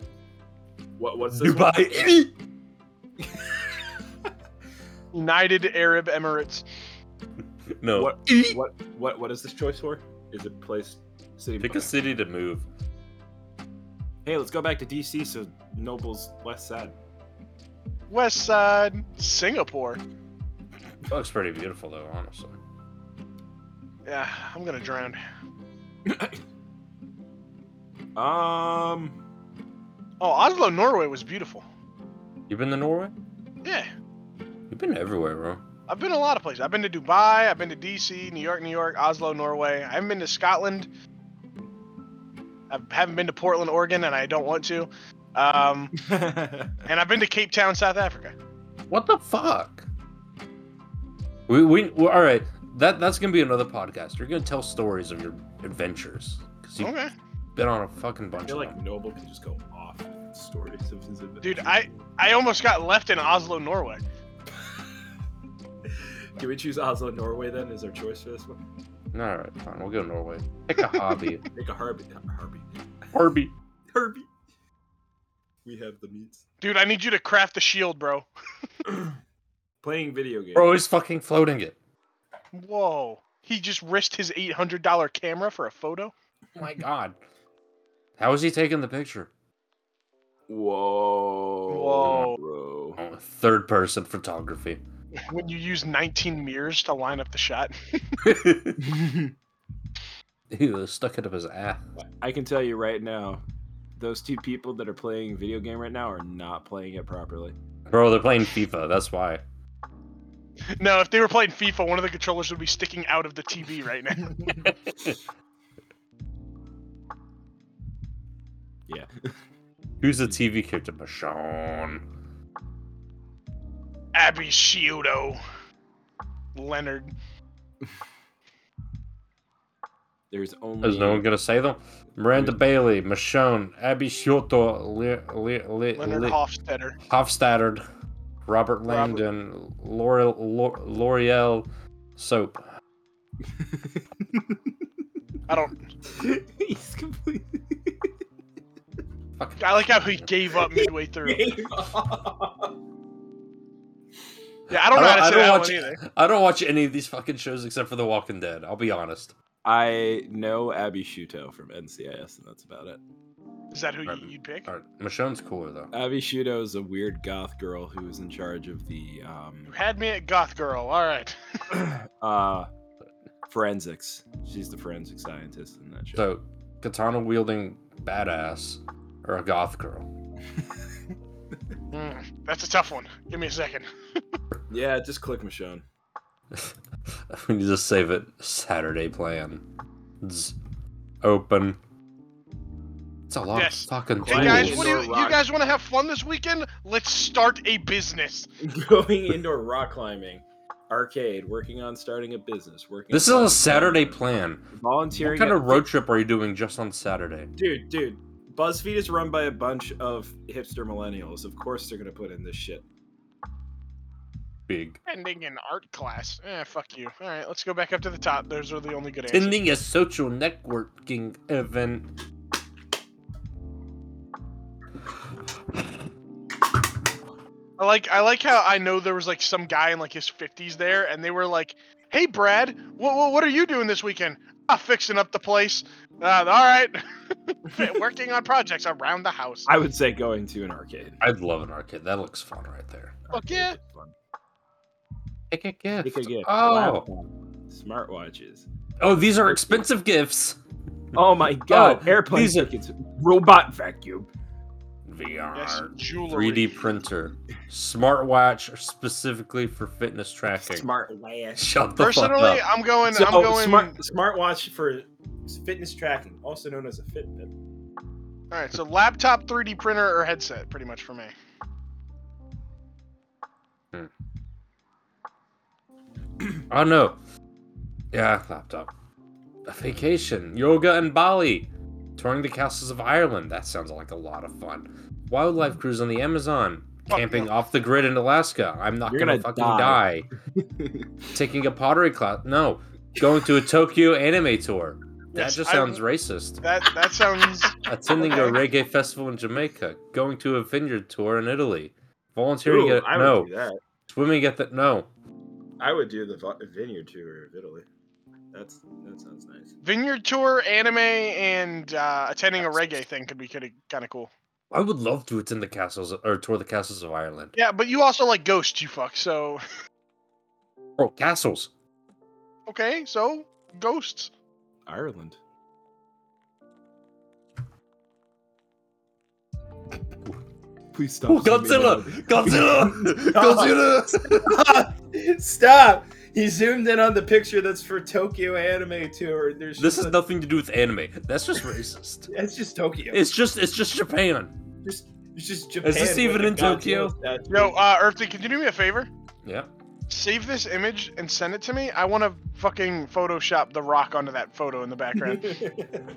F: What, what's this? one?
A: Dubai.
B: United Arab Emirates.
A: no.
F: What, what, what, what is this choice for? Is it place, city?
A: Pick a city to move.
F: hey, let's go back to DC so Noble's less sad.
B: West Side. Singapore.
A: It looks pretty beautiful though, honestly.
B: Yeah, I'm gonna drown.
F: Um,
B: Oh, Oslo, Norway was beautiful.
A: You been to Norway?
B: Yeah.
A: You've been everywhere, bro.
B: I've been a lot of places. I've been to Dubai, I've been to DC, New York, New York, Oslo, Norway. I haven't been to Scotland. I haven't been to Portland, Oregon, and I don't want to. Um, and I've been to Cape Town, South Africa.
A: What the fuck? We we well, all right. That that's gonna be another podcast. You're gonna tell stories of your adventures because you've
B: Okay.
A: been on a fucking
F: I
A: bunch
F: feel
A: of
F: like
A: them.
F: Noble can just go off with stories of his adventures.
B: Dude, I I almost got left in Oslo, Norway.
F: Can we choose Oslo, Norway then? Is our choice for this one?
A: All right, fine. We'll go Norway. Pick a hobby.
F: Make a Harby. Harby.
A: Herbie.
F: Herbie. We have the meats.
B: Dude, I need you to craft the shield, bro.
F: Playing video games.
A: Bro, he's fucking floating it.
B: Whoa. He just risked his $800 camera for a photo?
A: Oh my god. How is he taking the picture?
F: Whoa.
B: Whoa.
F: Bro.
A: Oh, third person photography.
B: When you use 19 mirrors to line up the shot.
A: Ew, stuck it up his ass.
F: I can tell you right now, those two people that are playing video game right now are not playing it properly.
A: Bro, they're playing FIFA. That's why.
B: No, if they were playing FIFA, one of the controllers would be sticking out of the TV right now.
F: Yeah.
A: Who's the TV character? Michonne.
B: Abby Shiudo. Leonard.
F: There's only
A: Is no one gonna say them? Miranda Bailey, Michonne, Abby Scioto, Le- Le- Le-
B: Leonard
A: Le-
B: Hofstadter.
A: Hofstadter, Robert Langdon, Laurel, Lau- L'Oreal Soap.
B: I don't.
F: He's completely
A: Fuck.
B: I like how he gave up midway through. Yeah, I don't know how to say that one either.
A: watch, I don't watch any of these fucking shows except for The Walking Dead. I'll be honest.
C: I know Abby Shuto from NCIS, and that's about it.
B: Is that who you,
A: Pardon.
B: you'd pick?
A: All right, Michonne's cooler though.
C: Abby Shuto is a weird goth girl who is in charge of the um,
B: You had me at Goth Girl. All right.
C: uh, forensics. She's the forensic scientist in that show.
A: So, katana wielding badass or a goth girl?
B: Mm, that's a tough one. Give me a second.
C: yeah, just click Michonne.
A: we need to save it. Saturday plan. Zzz. Open. It's a lot
B: Yes.
A: of fucking.
B: Hey
A: tools.
B: guys, what do you,
G: Indoor
B: you
G: rock.
B: guys want to have fun this weekend? Let's start a business.
C: Going indoor rock climbing, arcade, working on starting a business. Working.
A: This is
C: on
A: a Saturday plan. What
C: Volunteering.
A: kind
C: at-
A: of road trip are you doing just on Saturday?
C: dude, dude. BuzzFeed is run by a bunch of hipster millennials. Of course, they're gonna put in this shit.
A: Big.
B: Ending an art class. Eh, fuck you. All right, let's go back up to the top. Those are the only good answers.
A: Attending a social networking event.
B: I like I like how I know there was like some guy in like his fifties there, and they were like, "Hey, Brad, what what, what are you doing this weekend? Ah, fixing up the place. Uh, all right, working on projects around the house.
C: I would say going to an arcade.
A: I'd love an arcade. That looks fun right there.
B: Fuck yeah.
C: Arcades are fun.
A: Pick a gift.
C: Pick a gift.
A: Oh.
C: Laptop, Smartwatches.
A: Oh, these are expensive gifts.
C: Oh my god.
A: Oh,
C: airplane
A: these are-
C: tickets. Robot vacuum.
A: VR.
B: Yes, jewelry.
A: 3D printer, smartwatch specifically for fitness tracking.
C: Smart lash.
A: Shut the
B: Personally,
A: fuck up.
B: I'm going.
C: So,
B: I'm
C: oh,
B: going.
C: smart-
H: Smartwatch for fitness tracking, also known as a Fitbit.
B: All right, so laptop, 3D printer, or headset, pretty much for me.
A: Oh no. Yeah, laptop. A vacation, yoga in Bali, touring the castles of Ireland. That sounds like a lot of fun. Wildlife cruise on the Amazon,
B: Fuck
A: camping
B: no.
A: off the grid in Alaska. I'm not
C: You're
A: gonna,
C: gonna
A: fucking
C: die.
A: die. Taking a pottery class. No, going to a Tokyo anime tour. That
B: Yes,
A: just
B: I-
A: sounds racist.
B: That that sounds.
A: attending a reggae festival in Jamaica, going to a vineyard tour in Italy, volunteering
G: Ooh,
A: at
G: I would
A: no,
G: do that.
A: swimming at the no.
G: I would do the vi- vineyard tour of Italy. That's that sounds nice.
B: Vineyard tour, anime, and uh, attending a reggae thing could be kind of cool.
A: I would love to attend the castles or tour the castles of Ireland.
B: Yeah, but you also like Ghost, you fuck. So
A: Oh, castles!
B: okay, so ghosts.
C: Ireland. Please stop.
A: Oh, Godzilla! Godzilla! Godzilla!
H: Stop! He zoomed in on the picture that's for Tokyo Anime Tour. There's just
A: this has
H: a-
A: nothing to do with anime. That's just racist.
H: It's just Tokyo.
A: It's just it's just Japan.
H: just it's just Japan.
A: Is this
H: with
A: even
H: a
A: in
H: Godzilla
A: Tokyo?
H: statue.
B: Yo,
A: Mm.
B: uh, Earthly, can you do me a favor?
A: Yeah.
B: Save this image and send it to me. I want to fucking Photoshop the Rock onto that photo in the background.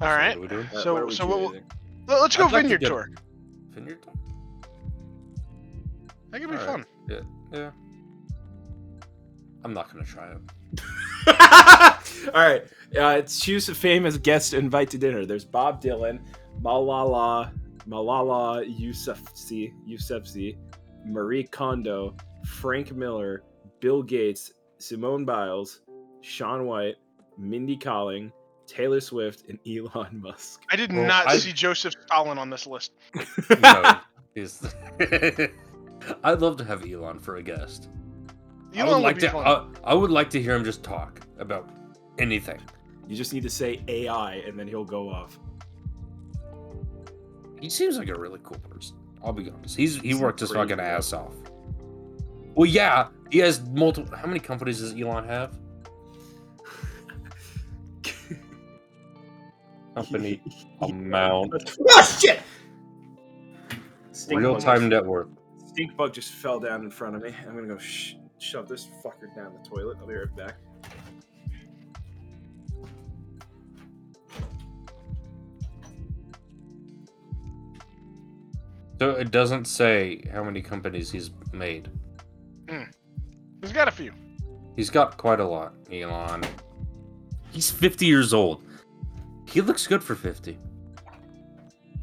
B: All right.
A: What are we doing?
B: So-
G: what are we
B: so what we'll-
G: doing?
B: Let- Let's go
A: I'd like to
B: vineyard
A: get-
B: tour.
A: Vineyard?
B: That could be
A: All
B: fun.
A: right. Yeah. I'm not gonna try it.
C: All right. Uh, it's choose a famous guest to invite to dinner. There's Bob Dylan, Malala, Malala Yousafzai, Yousafzai, Marie Kondo, Frank Miller, Bill Gates, Simone Biles, Sean White, Mindy Kaling, Taylor Swift, and Elon Musk.
B: I did
A: Well,
B: not
A: I-
B: see Joseph Stalin on this list.
A: no, he's I'd love to have Elon for a guest.
B: Elon
A: I would
B: would
A: like
B: be
A: to. uh,
B: fun.
A: I, I would like to hear him just talk about anything.
C: You just need to say AI, and then he'll go off.
A: He seems like a really cool person. I'll be honest. He's he
C: He's
A: worked his
C: crazy
A: fucking
C: guy.
A: ass off. Well, yeah, he has multiple. How many companies does Elon have? Company amount,
H: oh shit!
C: Stink
A: real
C: bug
A: time
C: just-
A: net worth.
C: Stink bug just fell down in front of me. I'm gonna go sh- shove this fucker down the toilet. I'll be right back.
A: So it doesn't say how many companies he's made.
B: He's got a few.
A: He's got quite a lot, Elon. He's 50 years old. He looks good for 50.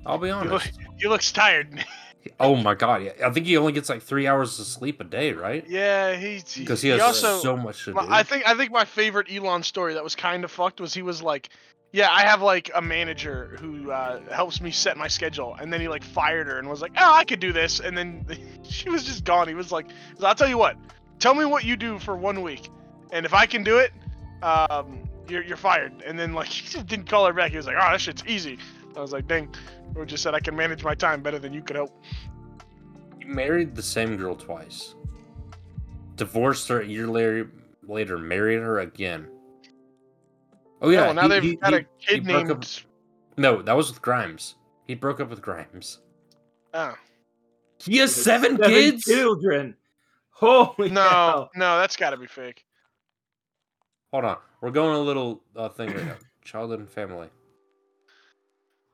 A: I'll be
B: He, look,
A: honest.
B: he looks tired.
A: Oh my god, yeah. I think he only gets like three hours of sleep a day, right?
B: yeah, he
A: Because he has
B: also
A: so much to do.
B: My- I think I think my favorite Elon story that was kind of fucked was he was like, "Yeah, I have like a manager who uh, helps me set my schedule," and then he like fired her and was like, "Oh, I could do this," and then she was just gone. He was like, "I'll tell you what, tell me what you do for one week, and if I can do it, um, you're you're fired." And then like he just didn't call her back. He was like, "Oh, that shit's easy." I was like, "Dang," or just said, "I can manage my time better than you could help."
A: he married the same girl twice. Divorced her a year later, later married her again. Oh yeah,
B: well, now
A: he-
B: they've
A: he-
B: got a
A: he-
B: kid
A: broke up-
B: named.
A: No, that was with Grimes. He broke up with Grimes.
B: Oh.
A: He has seven,
C: Seven
A: kids.
C: children. Holy
B: No,
C: hell.
B: no, that's got to be fake.
A: Hold on, we're going a little uh, thing right now. Childhood and family.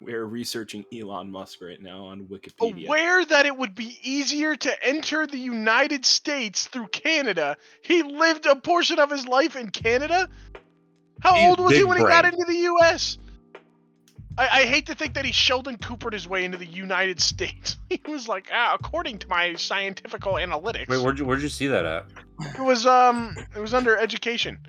C: We're researching Elon Musk right now on Wikipedia.
B: aware that it would be easier to enter the United States through Canada. He lived a portion of his life in Canada. How
A: He's
B: old was he
A: big
B: when he got
A: brain.
B: into the U.S.? I, I hate to think that he Sheldon Coopered his way into the United States. he was like, ah, according to my scientifical analytics,
A: Wait, where'd you where'd you see that at?
B: it was um, it was under education.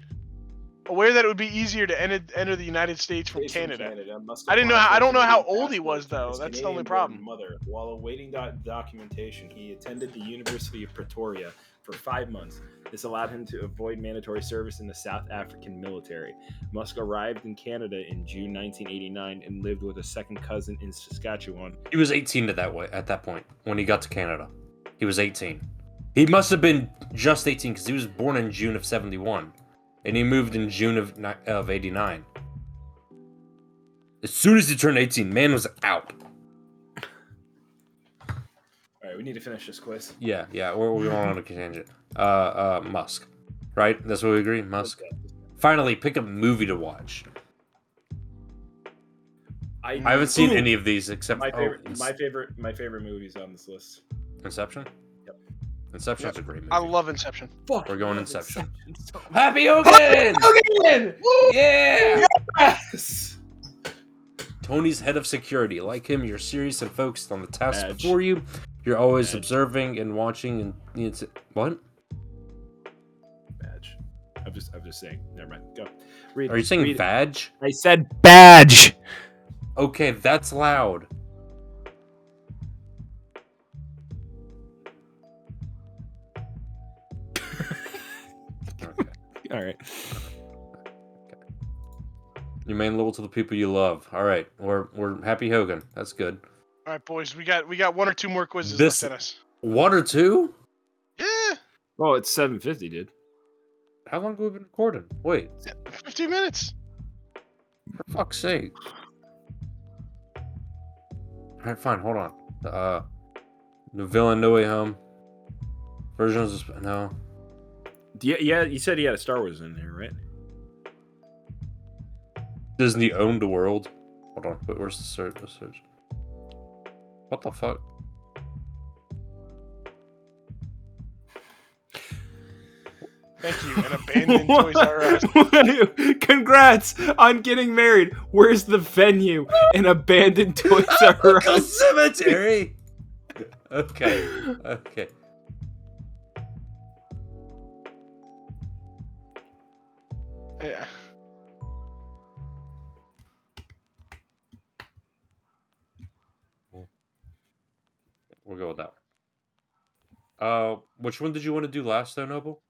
B: Aware that it would be easier to enter, enter the United States from
I: He's from
B: Canada.
I: must
B: I didn't know
I: apply
B: how- I
I: for a
B: don't know how
I: Canadian
B: old he was,
I: passport for
B: though.
I: his
B: That's the
I: Canadian-born
B: only problem.
I: Mother, while awaiting doc- documentation, he attended the
C: University of Pretoria for five months. This allowed him to avoid mandatory service in the South African military. Musk arrived in Canada in June 1989 and lived with a second cousin in Saskatchewan.
A: He was 18 at that way at that point when he got to Canada. He was 18. He must have been just 18 because he was born in June of 71, and he moved in June of ni- of 89. As soon as he turned 18, man was out.
C: All right, we need to finish this quiz.
A: Yeah, yeah. We're, we're going on a tangent. Uh, uh, Musk, right? That's what we agree. Musk. Finally, pick a movie to watch. I haven't seen
C: Ooh,
A: any of these except
C: My
A: oh,
C: favorite,
A: Ince-
C: my favorite, my favorite movies on this list.
A: Inception. Yep. Inception's a great movie.
B: I love Inception.
C: Fuck,
A: We're going
C: I love
A: Inception.
C: so much.
A: Happy Hogan! Yeah!
C: Yes!
A: Tony's head of security. Like him, you're serious and focused on the task
C: Edge.
A: before you. You're always
C: Edge.
A: observing and watching and it's what?
C: Badge. I'm just, I'm just saying. Never mind. Go. Read.
A: Are you saying
C: read it.
A: badge?
J: I said badge.
A: Okay, that's loud. Okay.
C: All right.
A: Remain loyal to the people you love. All right, we're we're happy Hogan. That's good.
B: All right, boys, we got we got one or two more quizzes
A: This-
B: left in us.
A: One or two?
B: Yeah.
C: Well, it's 7:50, dude.
A: How long have we been recording? Wait,
B: 15 minutes.
A: for fuck's sake! All right, fine. Hold on. Uh, the villain, No Way Home. Versions of no.
C: Yeah, yeah. You said he had a Star Wars in there, right?
A: Disney owned the world. Hold on. Wait, where's the search? The search. What the fuck?
B: Thank you. And abandoned Toys R Us.
C: Congrats on getting married. Where's the venue? An abandoned Toys R
A: Go
C: Us.
A: cemetery. okay. Okay.
B: Yeah.
A: We'll go with that. one. Uh, which one did you want to do last, though, Noble?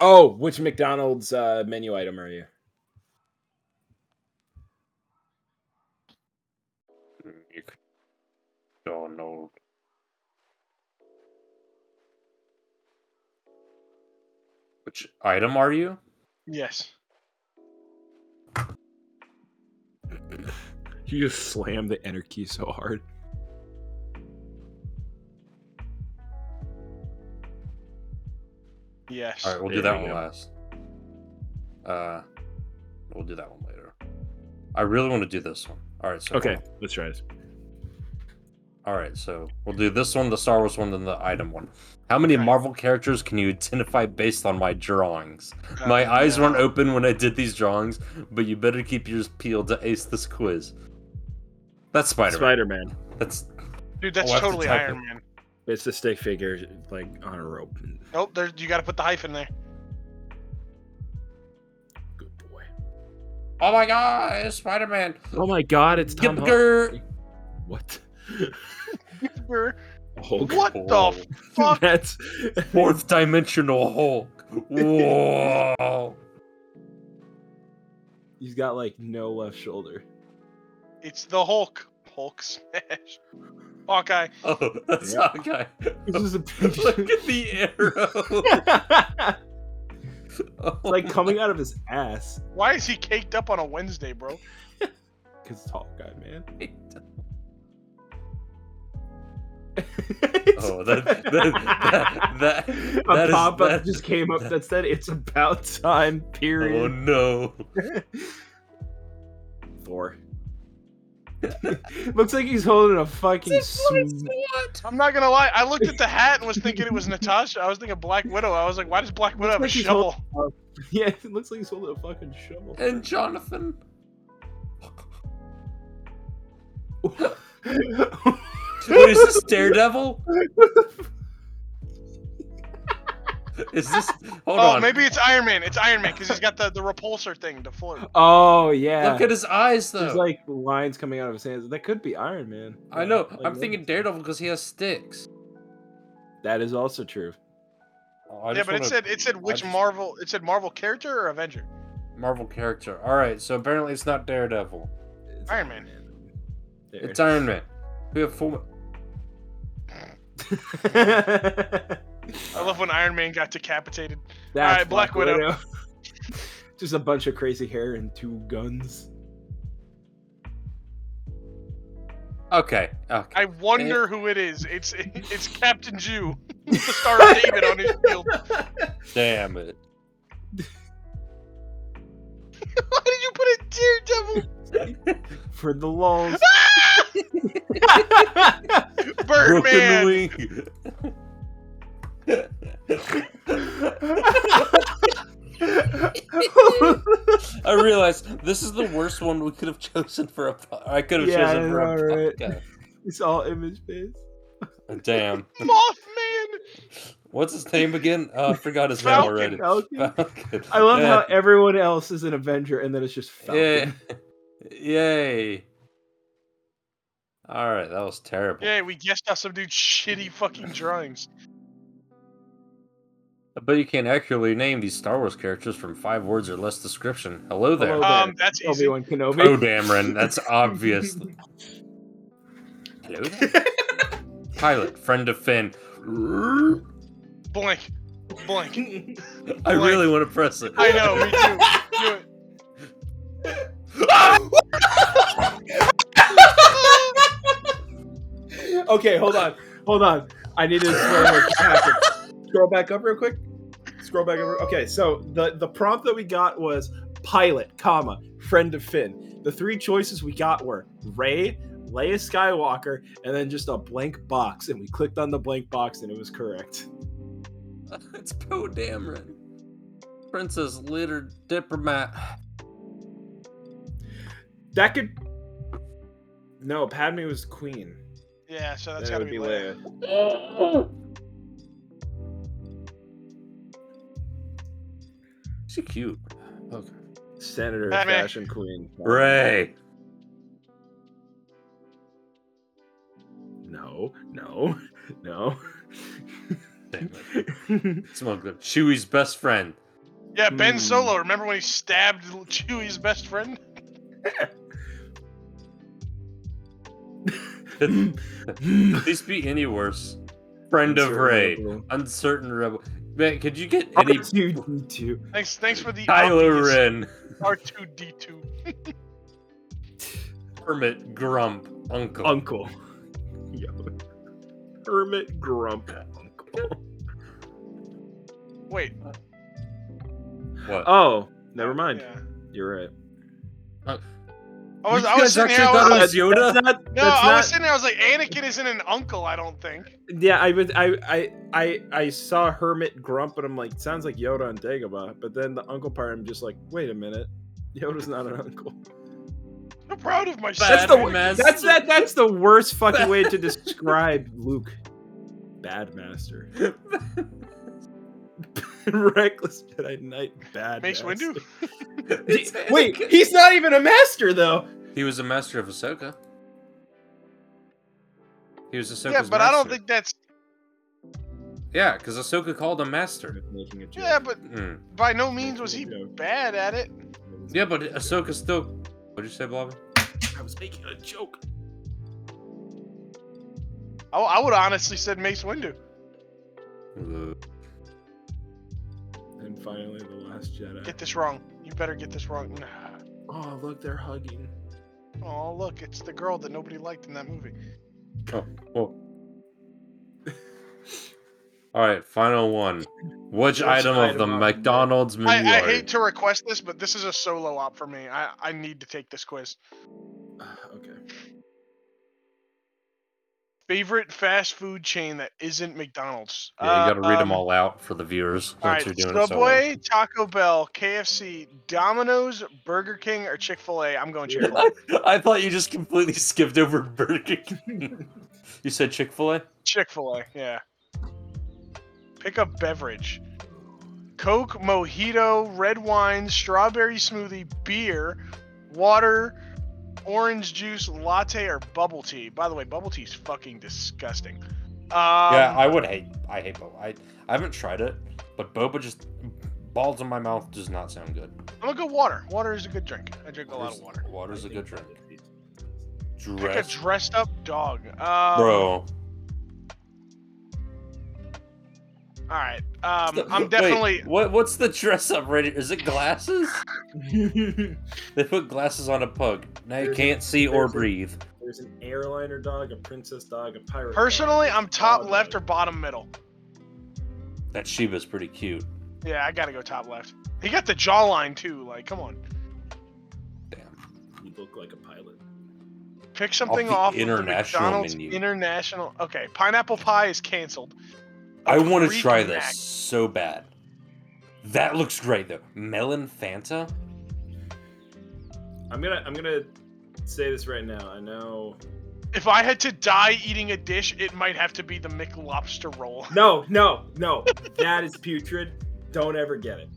C: Oh, which McDonald's uh, menu item are you?
A: Donald. Which item are you?
B: Yes.
C: You just slam the enter key so hard.
B: Yes.
A: All right, we'll do
C: There
A: that
C: we
A: one
C: go.
A: last. Uh, we'll do that one later. I really want to do this one. All right, so hold
C: Okay,
A: on.
C: let's try this.
A: All right, so we'll do this one, the Star Wars one, then the item one. How many
B: Okay.
A: Marvel characters can you identify based on my drawings?
B: Uh,
A: My eyes weren't open when I did these drawings, but you better keep yours peeled to ace this quiz. That's Spider Man.
C: Spider Man.
A: Oh, That's
B: Dude, that's
A: I'll have to
B: totally
A: type
B: Iron
A: it.
B: Man.
C: It's the stick figure, like on a rope.
B: Nope, there, you got to put the hyphen there.
C: Good boy.
A: oh my god, it's Spider Man.
C: Oh my God! It's Tom. Hol-
A: Gipger.
C: what?
A: Hulk.
B: What the fuck?
C: That's
A: Oh, Fourth dimensional Hulk. Whoa.
C: he's got like no left shoulder.
B: It's the Hulk. Hulk smash. Hawkeye.
A: Oh, that's
C: Yeah.
A: okay.
C: This is a
A: Look at the arrow. Oh
C: like coming out of his ass
B: Why is he caked up on a Wednesday, bro?
C: because it's Hawkeye, man.
A: Oh, that that that, that,
C: a
A: that is-
C: pop up
A: that-
C: just came up
A: that-
C: that said it's about time
A: Oh
C: period
A: no!
C: four looks like he's holding a fucking sm-
B: I'm not gonna lie. I looked at the hat and was thinking it was Natasha. I was thinking Black Widow. I was like, why does Black Widow have a
C: like he's
B: shovel?
C: yeah it looks like he's holding a fucking shovel
A: And Jonathan. Wait, is this Daredevil? Is this? Hold
B: oh,
A: on.
B: maybe it's Iron Man. It's Iron Man because he's got the, the repulsor thing to float.
C: oh yeah
A: Look at his eyes, though.
C: there's like lines coming out of his hands that could be iron man
A: I know.
C: Like,
A: I'm thinking Daredevil because he has sticks.
C: that is also true
A: Oh, I
B: yeah,
A: just
B: but it
A: wanna-
B: said it said which
A: just-
B: Marvel? It said Marvel character or Avenger?
A: Marvel character. All right, so apparently it's not Daredevil.
C: It's
B: Iron Man.
C: There.
A: It's Iron Man. We have four.
B: I love when Iron Man got decapitated.
C: That's
B: Alright, Black Widow.
C: Just a bunch of crazy hair and two guns.
A: Okay. Okay.
B: I wonder who it is. It's it's Captain Jew, the star of David on his shield.
A: Damn it.
B: Why did you put a daredevil?
C: For the lulz.
A: Broken
B: Birdman.
A: wing. I realize this is the worst one we could have chosen for a. po- I could have
C: Yeah, I
A: chosen for a
C: know, right?
A: podcast.
C: it's all image based.
A: Damn.
B: Mothman.
A: What's his name again? Uh, I forgot his
B: Falcon.
A: name already.
C: Falcon.
A: Falcon.
C: I love how
A: Yeah.
C: everyone else is an Avenger and then it's just Falcon.
A: Yeah. Yay. All right, that was terrible.
B: Yeah, we guessed out some dude's shitty fucking drawings.
A: But you can't accurately name these Star Wars characters from five words or less description. Hello there.
C: Hello.
B: Um, that's
C: Obi
B: easy.
C: Wan Kenobi.
A: Oh, Dameron, that's obvious. Hello there. Pilot, friend of Finn.
B: Blank. Blank.
A: I really want to press it.
B: I know, me too. Do it.
K: Okay, hold on.
C: Hold on. I need to explain what just happened.
K: Scroll back up real quick. Scroll back over. Okay, so the the prompt that we got was pilot, comma, friend of Finn. The three choices we got were Ray, Leia Skywalker, and then just a blank box. And we clicked on the blank box, and it was correct.
A: It's Poe Dameron. Princess Litter Diplomat.
C: That could
L: No, Padme was queen.
B: Yeah, so that's
L: That
B: gotta
L: would
B: be
L: be
B: Leia.
L: Leia.
A: She's cute.
C: Senator
B: Padme.
C: Fashion Queen.
A: Ray.
C: No, no, no.
A: Damn it. Smuggler. Chewie's best friend.
B: Yeah, Ben
C: Hmm.
B: Solo. Remember when he stabbed Chewie's best friend?
A: Could could these be any worse? Friend of Ray. Uncertain rebel. Man, could you get any
C: R2 D2.
B: Thanks, thanks for the
A: Kylo
B: obvious
A: Ren?
B: R2D2.
A: Hermit Grump. Uncle.
C: Uncle. Yo. Hermit Grump Uncle.
B: Wait.
A: what?
C: Oh, never mind.
B: Yeah.
C: You're right.
B: I was,
A: you
B: I was
A: guys
B: sitting
A: actually
B: here. I
A: thought
B: was,
A: it was Yoda?
C: That's not,
B: no,
C: that's
B: I was
C: not-
B: sitting there. I was like, Anakin isn't an uncle. I don't think.
C: Yeah, I would. I I I I saw Hermit grump, and I'm like, sounds like Yoda on Dagobah. But then the uncle part, I'm just like, wait a minute, Yoda's not an uncle.
B: I'm proud of myself.
C: That's the
A: Bad mess.
C: That's that. That's the worst fucking way to describe Luke. Bad master. Reckless Jedi Knight. Bad.
B: Mace
C: master.
B: Windu.
A: It's
C: Wait,
A: Anakin.
C: he's not even a master though.
A: He was a master of Ahsoka. He was Ahsoka's
B: yeah, but I don't
A: master.
B: think that's.
A: Yeah, because Ahsoka called him master.
C: Making a joke.
B: Yeah, but
A: Mm.
B: by no means was he bad at it.
A: Yeah, but Ahsoka still. What'd you say, Blobby?
C: I was making a joke.
B: I, I would honestly said Mace Windu.
C: And finally, the last Jedi.
B: Get this wrong. You better get this wrong. Nah.
C: oh, look, they're hugging.
B: Oh, look, it's the girl that nobody liked in that movie.
A: All right, final one. Which,
C: Which
A: item, of
C: item
A: the
C: of the-
A: McDonald's menu?
B: I, I
A: are you?
B: hate to request this, but this is a solo op for me. I, I need to take this quiz.
C: Ah, okay.
B: Favorite fast food chain that isn't McDonald's?
A: Yeah, you
B: Uh,
A: got to read them
B: um,
A: all out for the viewers.
B: All
A: Since
B: right,
A: you're doing it so uh, well.
B: Subway, Taco Bell, KFC, Domino's, Burger King, or Chick Fil A. I'm going Chick Fil A.
A: I thought you just completely skipped over Burger King. you said Chick Fil
B: Um,
A: A.
B: Chick Fil A. Yeah. Pick up beverage. Coke, mojito, red wine, strawberry smoothie, beer, water, orange juice, latte, or bubble tea. By the way, bubble tea is fucking disgusting. Um,
A: yeah, I would hate. I hate boba. I, I haven't tried it, but boba just balls in my mouth does not sound good.
B: I'm gonna go water. Water is a good drink. I drink a lot of
A: Water's-
B: water.
A: Water's a good drink.
B: Pick a
A: Dress,
B: dressed up dog. Um,
A: bro.
B: All right. Um, I'm
A: Wait,
B: definitely.
A: what? What's the dress up rating? Is it glasses? they put glasses on a pug. Now you
C: There's a-
A: can't see or
C: there's a-
A: breathe.
C: There's an airliner dog, a princess dog, a pirate.
B: Personally, I'm top left or
C: or
B: bottom middle.
A: That Sheba's pretty cute.
B: Yeah, I gotta go top left. He got the jawline too. Like, come on.
A: Damn.
C: You look like a pilot.
B: Pick something
A: the
B: off, of the
A: international
B: McDonald's
A: menu.
B: international. Okay, pineapple pie is canceled.
A: I want to
B: Greek
A: try
B: mac.
A: this so bad. That looks great though. Melon Fanta.
C: I'm gonna I'm gonna say this right now. I know.
B: If I had to die eating a dish, it might have to be the McLobster roll.
C: No, no, no. that is putrid. Don't ever get it.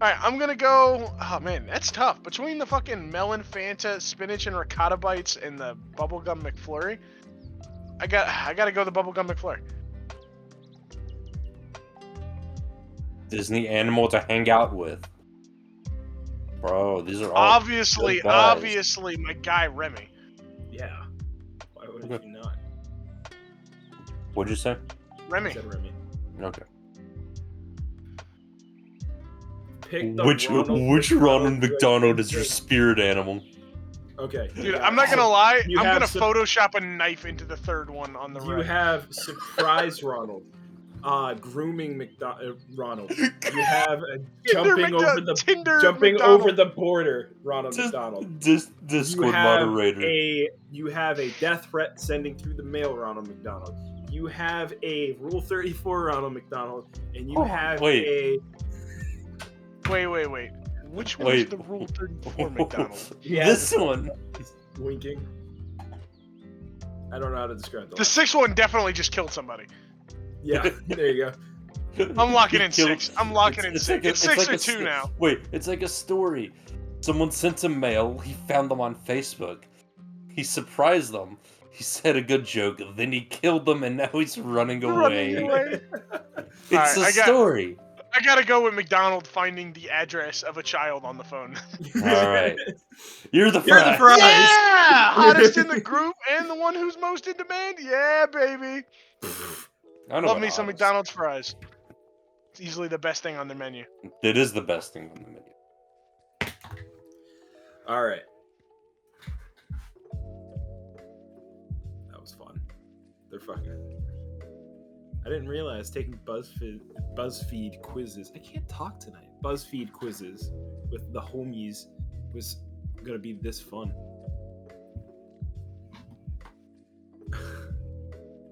B: All right, I'm gonna go. Oh man, that's tough. Between the fucking melon Fanta, spinach and ricotta bites, and the bubblegum McFlurry, I got I gotta go the bubblegum McFlurry.
A: Disney animal to hang out with. Bro, these are all.
B: obviously,
A: Oh, good buys.
B: obviously, my guy Remy.
C: Yeah. Why would
A: Okay.
C: you not?
A: What'd you say?
B: Remy.
C: Said Remy.
A: Okay.
C: Pick the
A: Which
C: Ronald
A: which Ronald
C: McDonald
A: McDonald is your
C: drink.
A: spirit animal?
C: Okay.
B: Dude, I'm not gonna lie.
C: You
B: I'm
C: have
B: gonna
C: some-
B: Photoshop a knife into the third one on the
C: Oh, You
B: right.
C: have surprise Ronald, uh, grooming McDonald Ronald. You have a
B: Tinder
C: jumping
B: McDo-
C: over the
B: Tinder
C: jumping
B: McDonald.
C: over the border, Ronald
A: Just-
C: McDonald.
A: Dis- Discord
C: have
A: moderator.
C: A you have a death threat sending through the mail, Ronald McDonald. You have a Rule Thirty Four, Ronald McDonald, and you
A: Oh,
C: have
A: wait.
C: a
B: Wait, wait, wait. Which one's
A: Wait.
B: the Rule 34 McDonald's?
C: yeah,
A: This one.
C: winking. I don't know how to describe the
B: The
C: last-
B: sixth one definitely just killed somebody.
C: Yeah, there you go.
B: I'm locking
A: You
B: in
A: kill-
B: six. I'm locking in six.
A: a-
B: It's six
A: like
B: or
A: a
B: two
A: sto-
B: now.
A: Wait, it's like a story. Someone sent a mail. He found them on Facebook. He surprised them. He said a good joke. Then he killed them, and now he's running away.
B: Running away.
A: It's
B: Alright, I
A: a
B: got-
A: story.
B: I gotta go with McDonald finding the address of a child on the phone.
A: All right. You're the
C: You're the
A: fry.
C: prize.
B: Yeah! Hottest in the group and the one who's most in demand. Yeah,
A: I
B: baby.
A: don't know
B: Love
A: what
B: me some
A: honest-
B: McDonald's fries. It's easily the best thing on their menu.
A: It is the best thing on the menu.
C: All right. That was fun. They're fucking. I didn't realize taking BuzzFeed BuzzFeed quizzes. I can't talk tonight. BuzzFeed quizzes with the homies was gonna be this fun.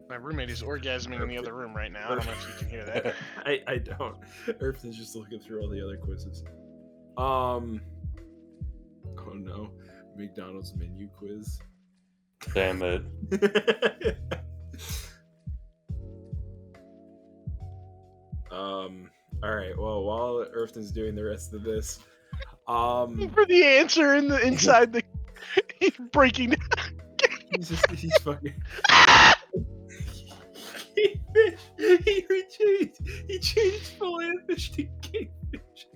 B: My roommate is orgasming in the other room right now. I don't know if you can hear that.
C: I, I don't. Irfton's just looking through all the other quizzes. Um. Oh no, McDonald's menu quiz.
A: Damn it.
C: um. All right. Well, while Irfton's doing the rest of this, um,
B: For the answer in the inside the he's breaking down.
C: he's just he's fucking. he, he changed he changed philanfish to kingfish.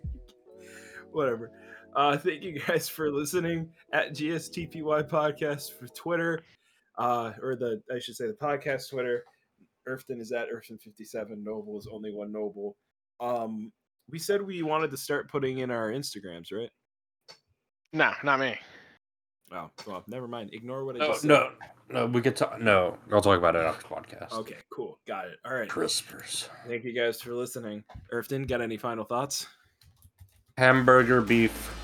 C: Whatever. Uh, thank you guys for listening at GSTPY Podcast for Twitter, uh, or the I should say the podcast Twitter. Irfton is at Irfton57. Noble is only one noble. Um, we said we wanted to start putting in our Instagrams, right?
B: No, not me.
C: Oh, well, never mind. Ignore what I
A: No,
C: just said.
A: Oh, no, no. We could talk. No, I'll talk about it after the podcast.
C: Okay, cool. Got it. All right.
A: Crispers.
C: Thank you guys for listening. Irfton, got any final thoughts?
A: Hamburger beef.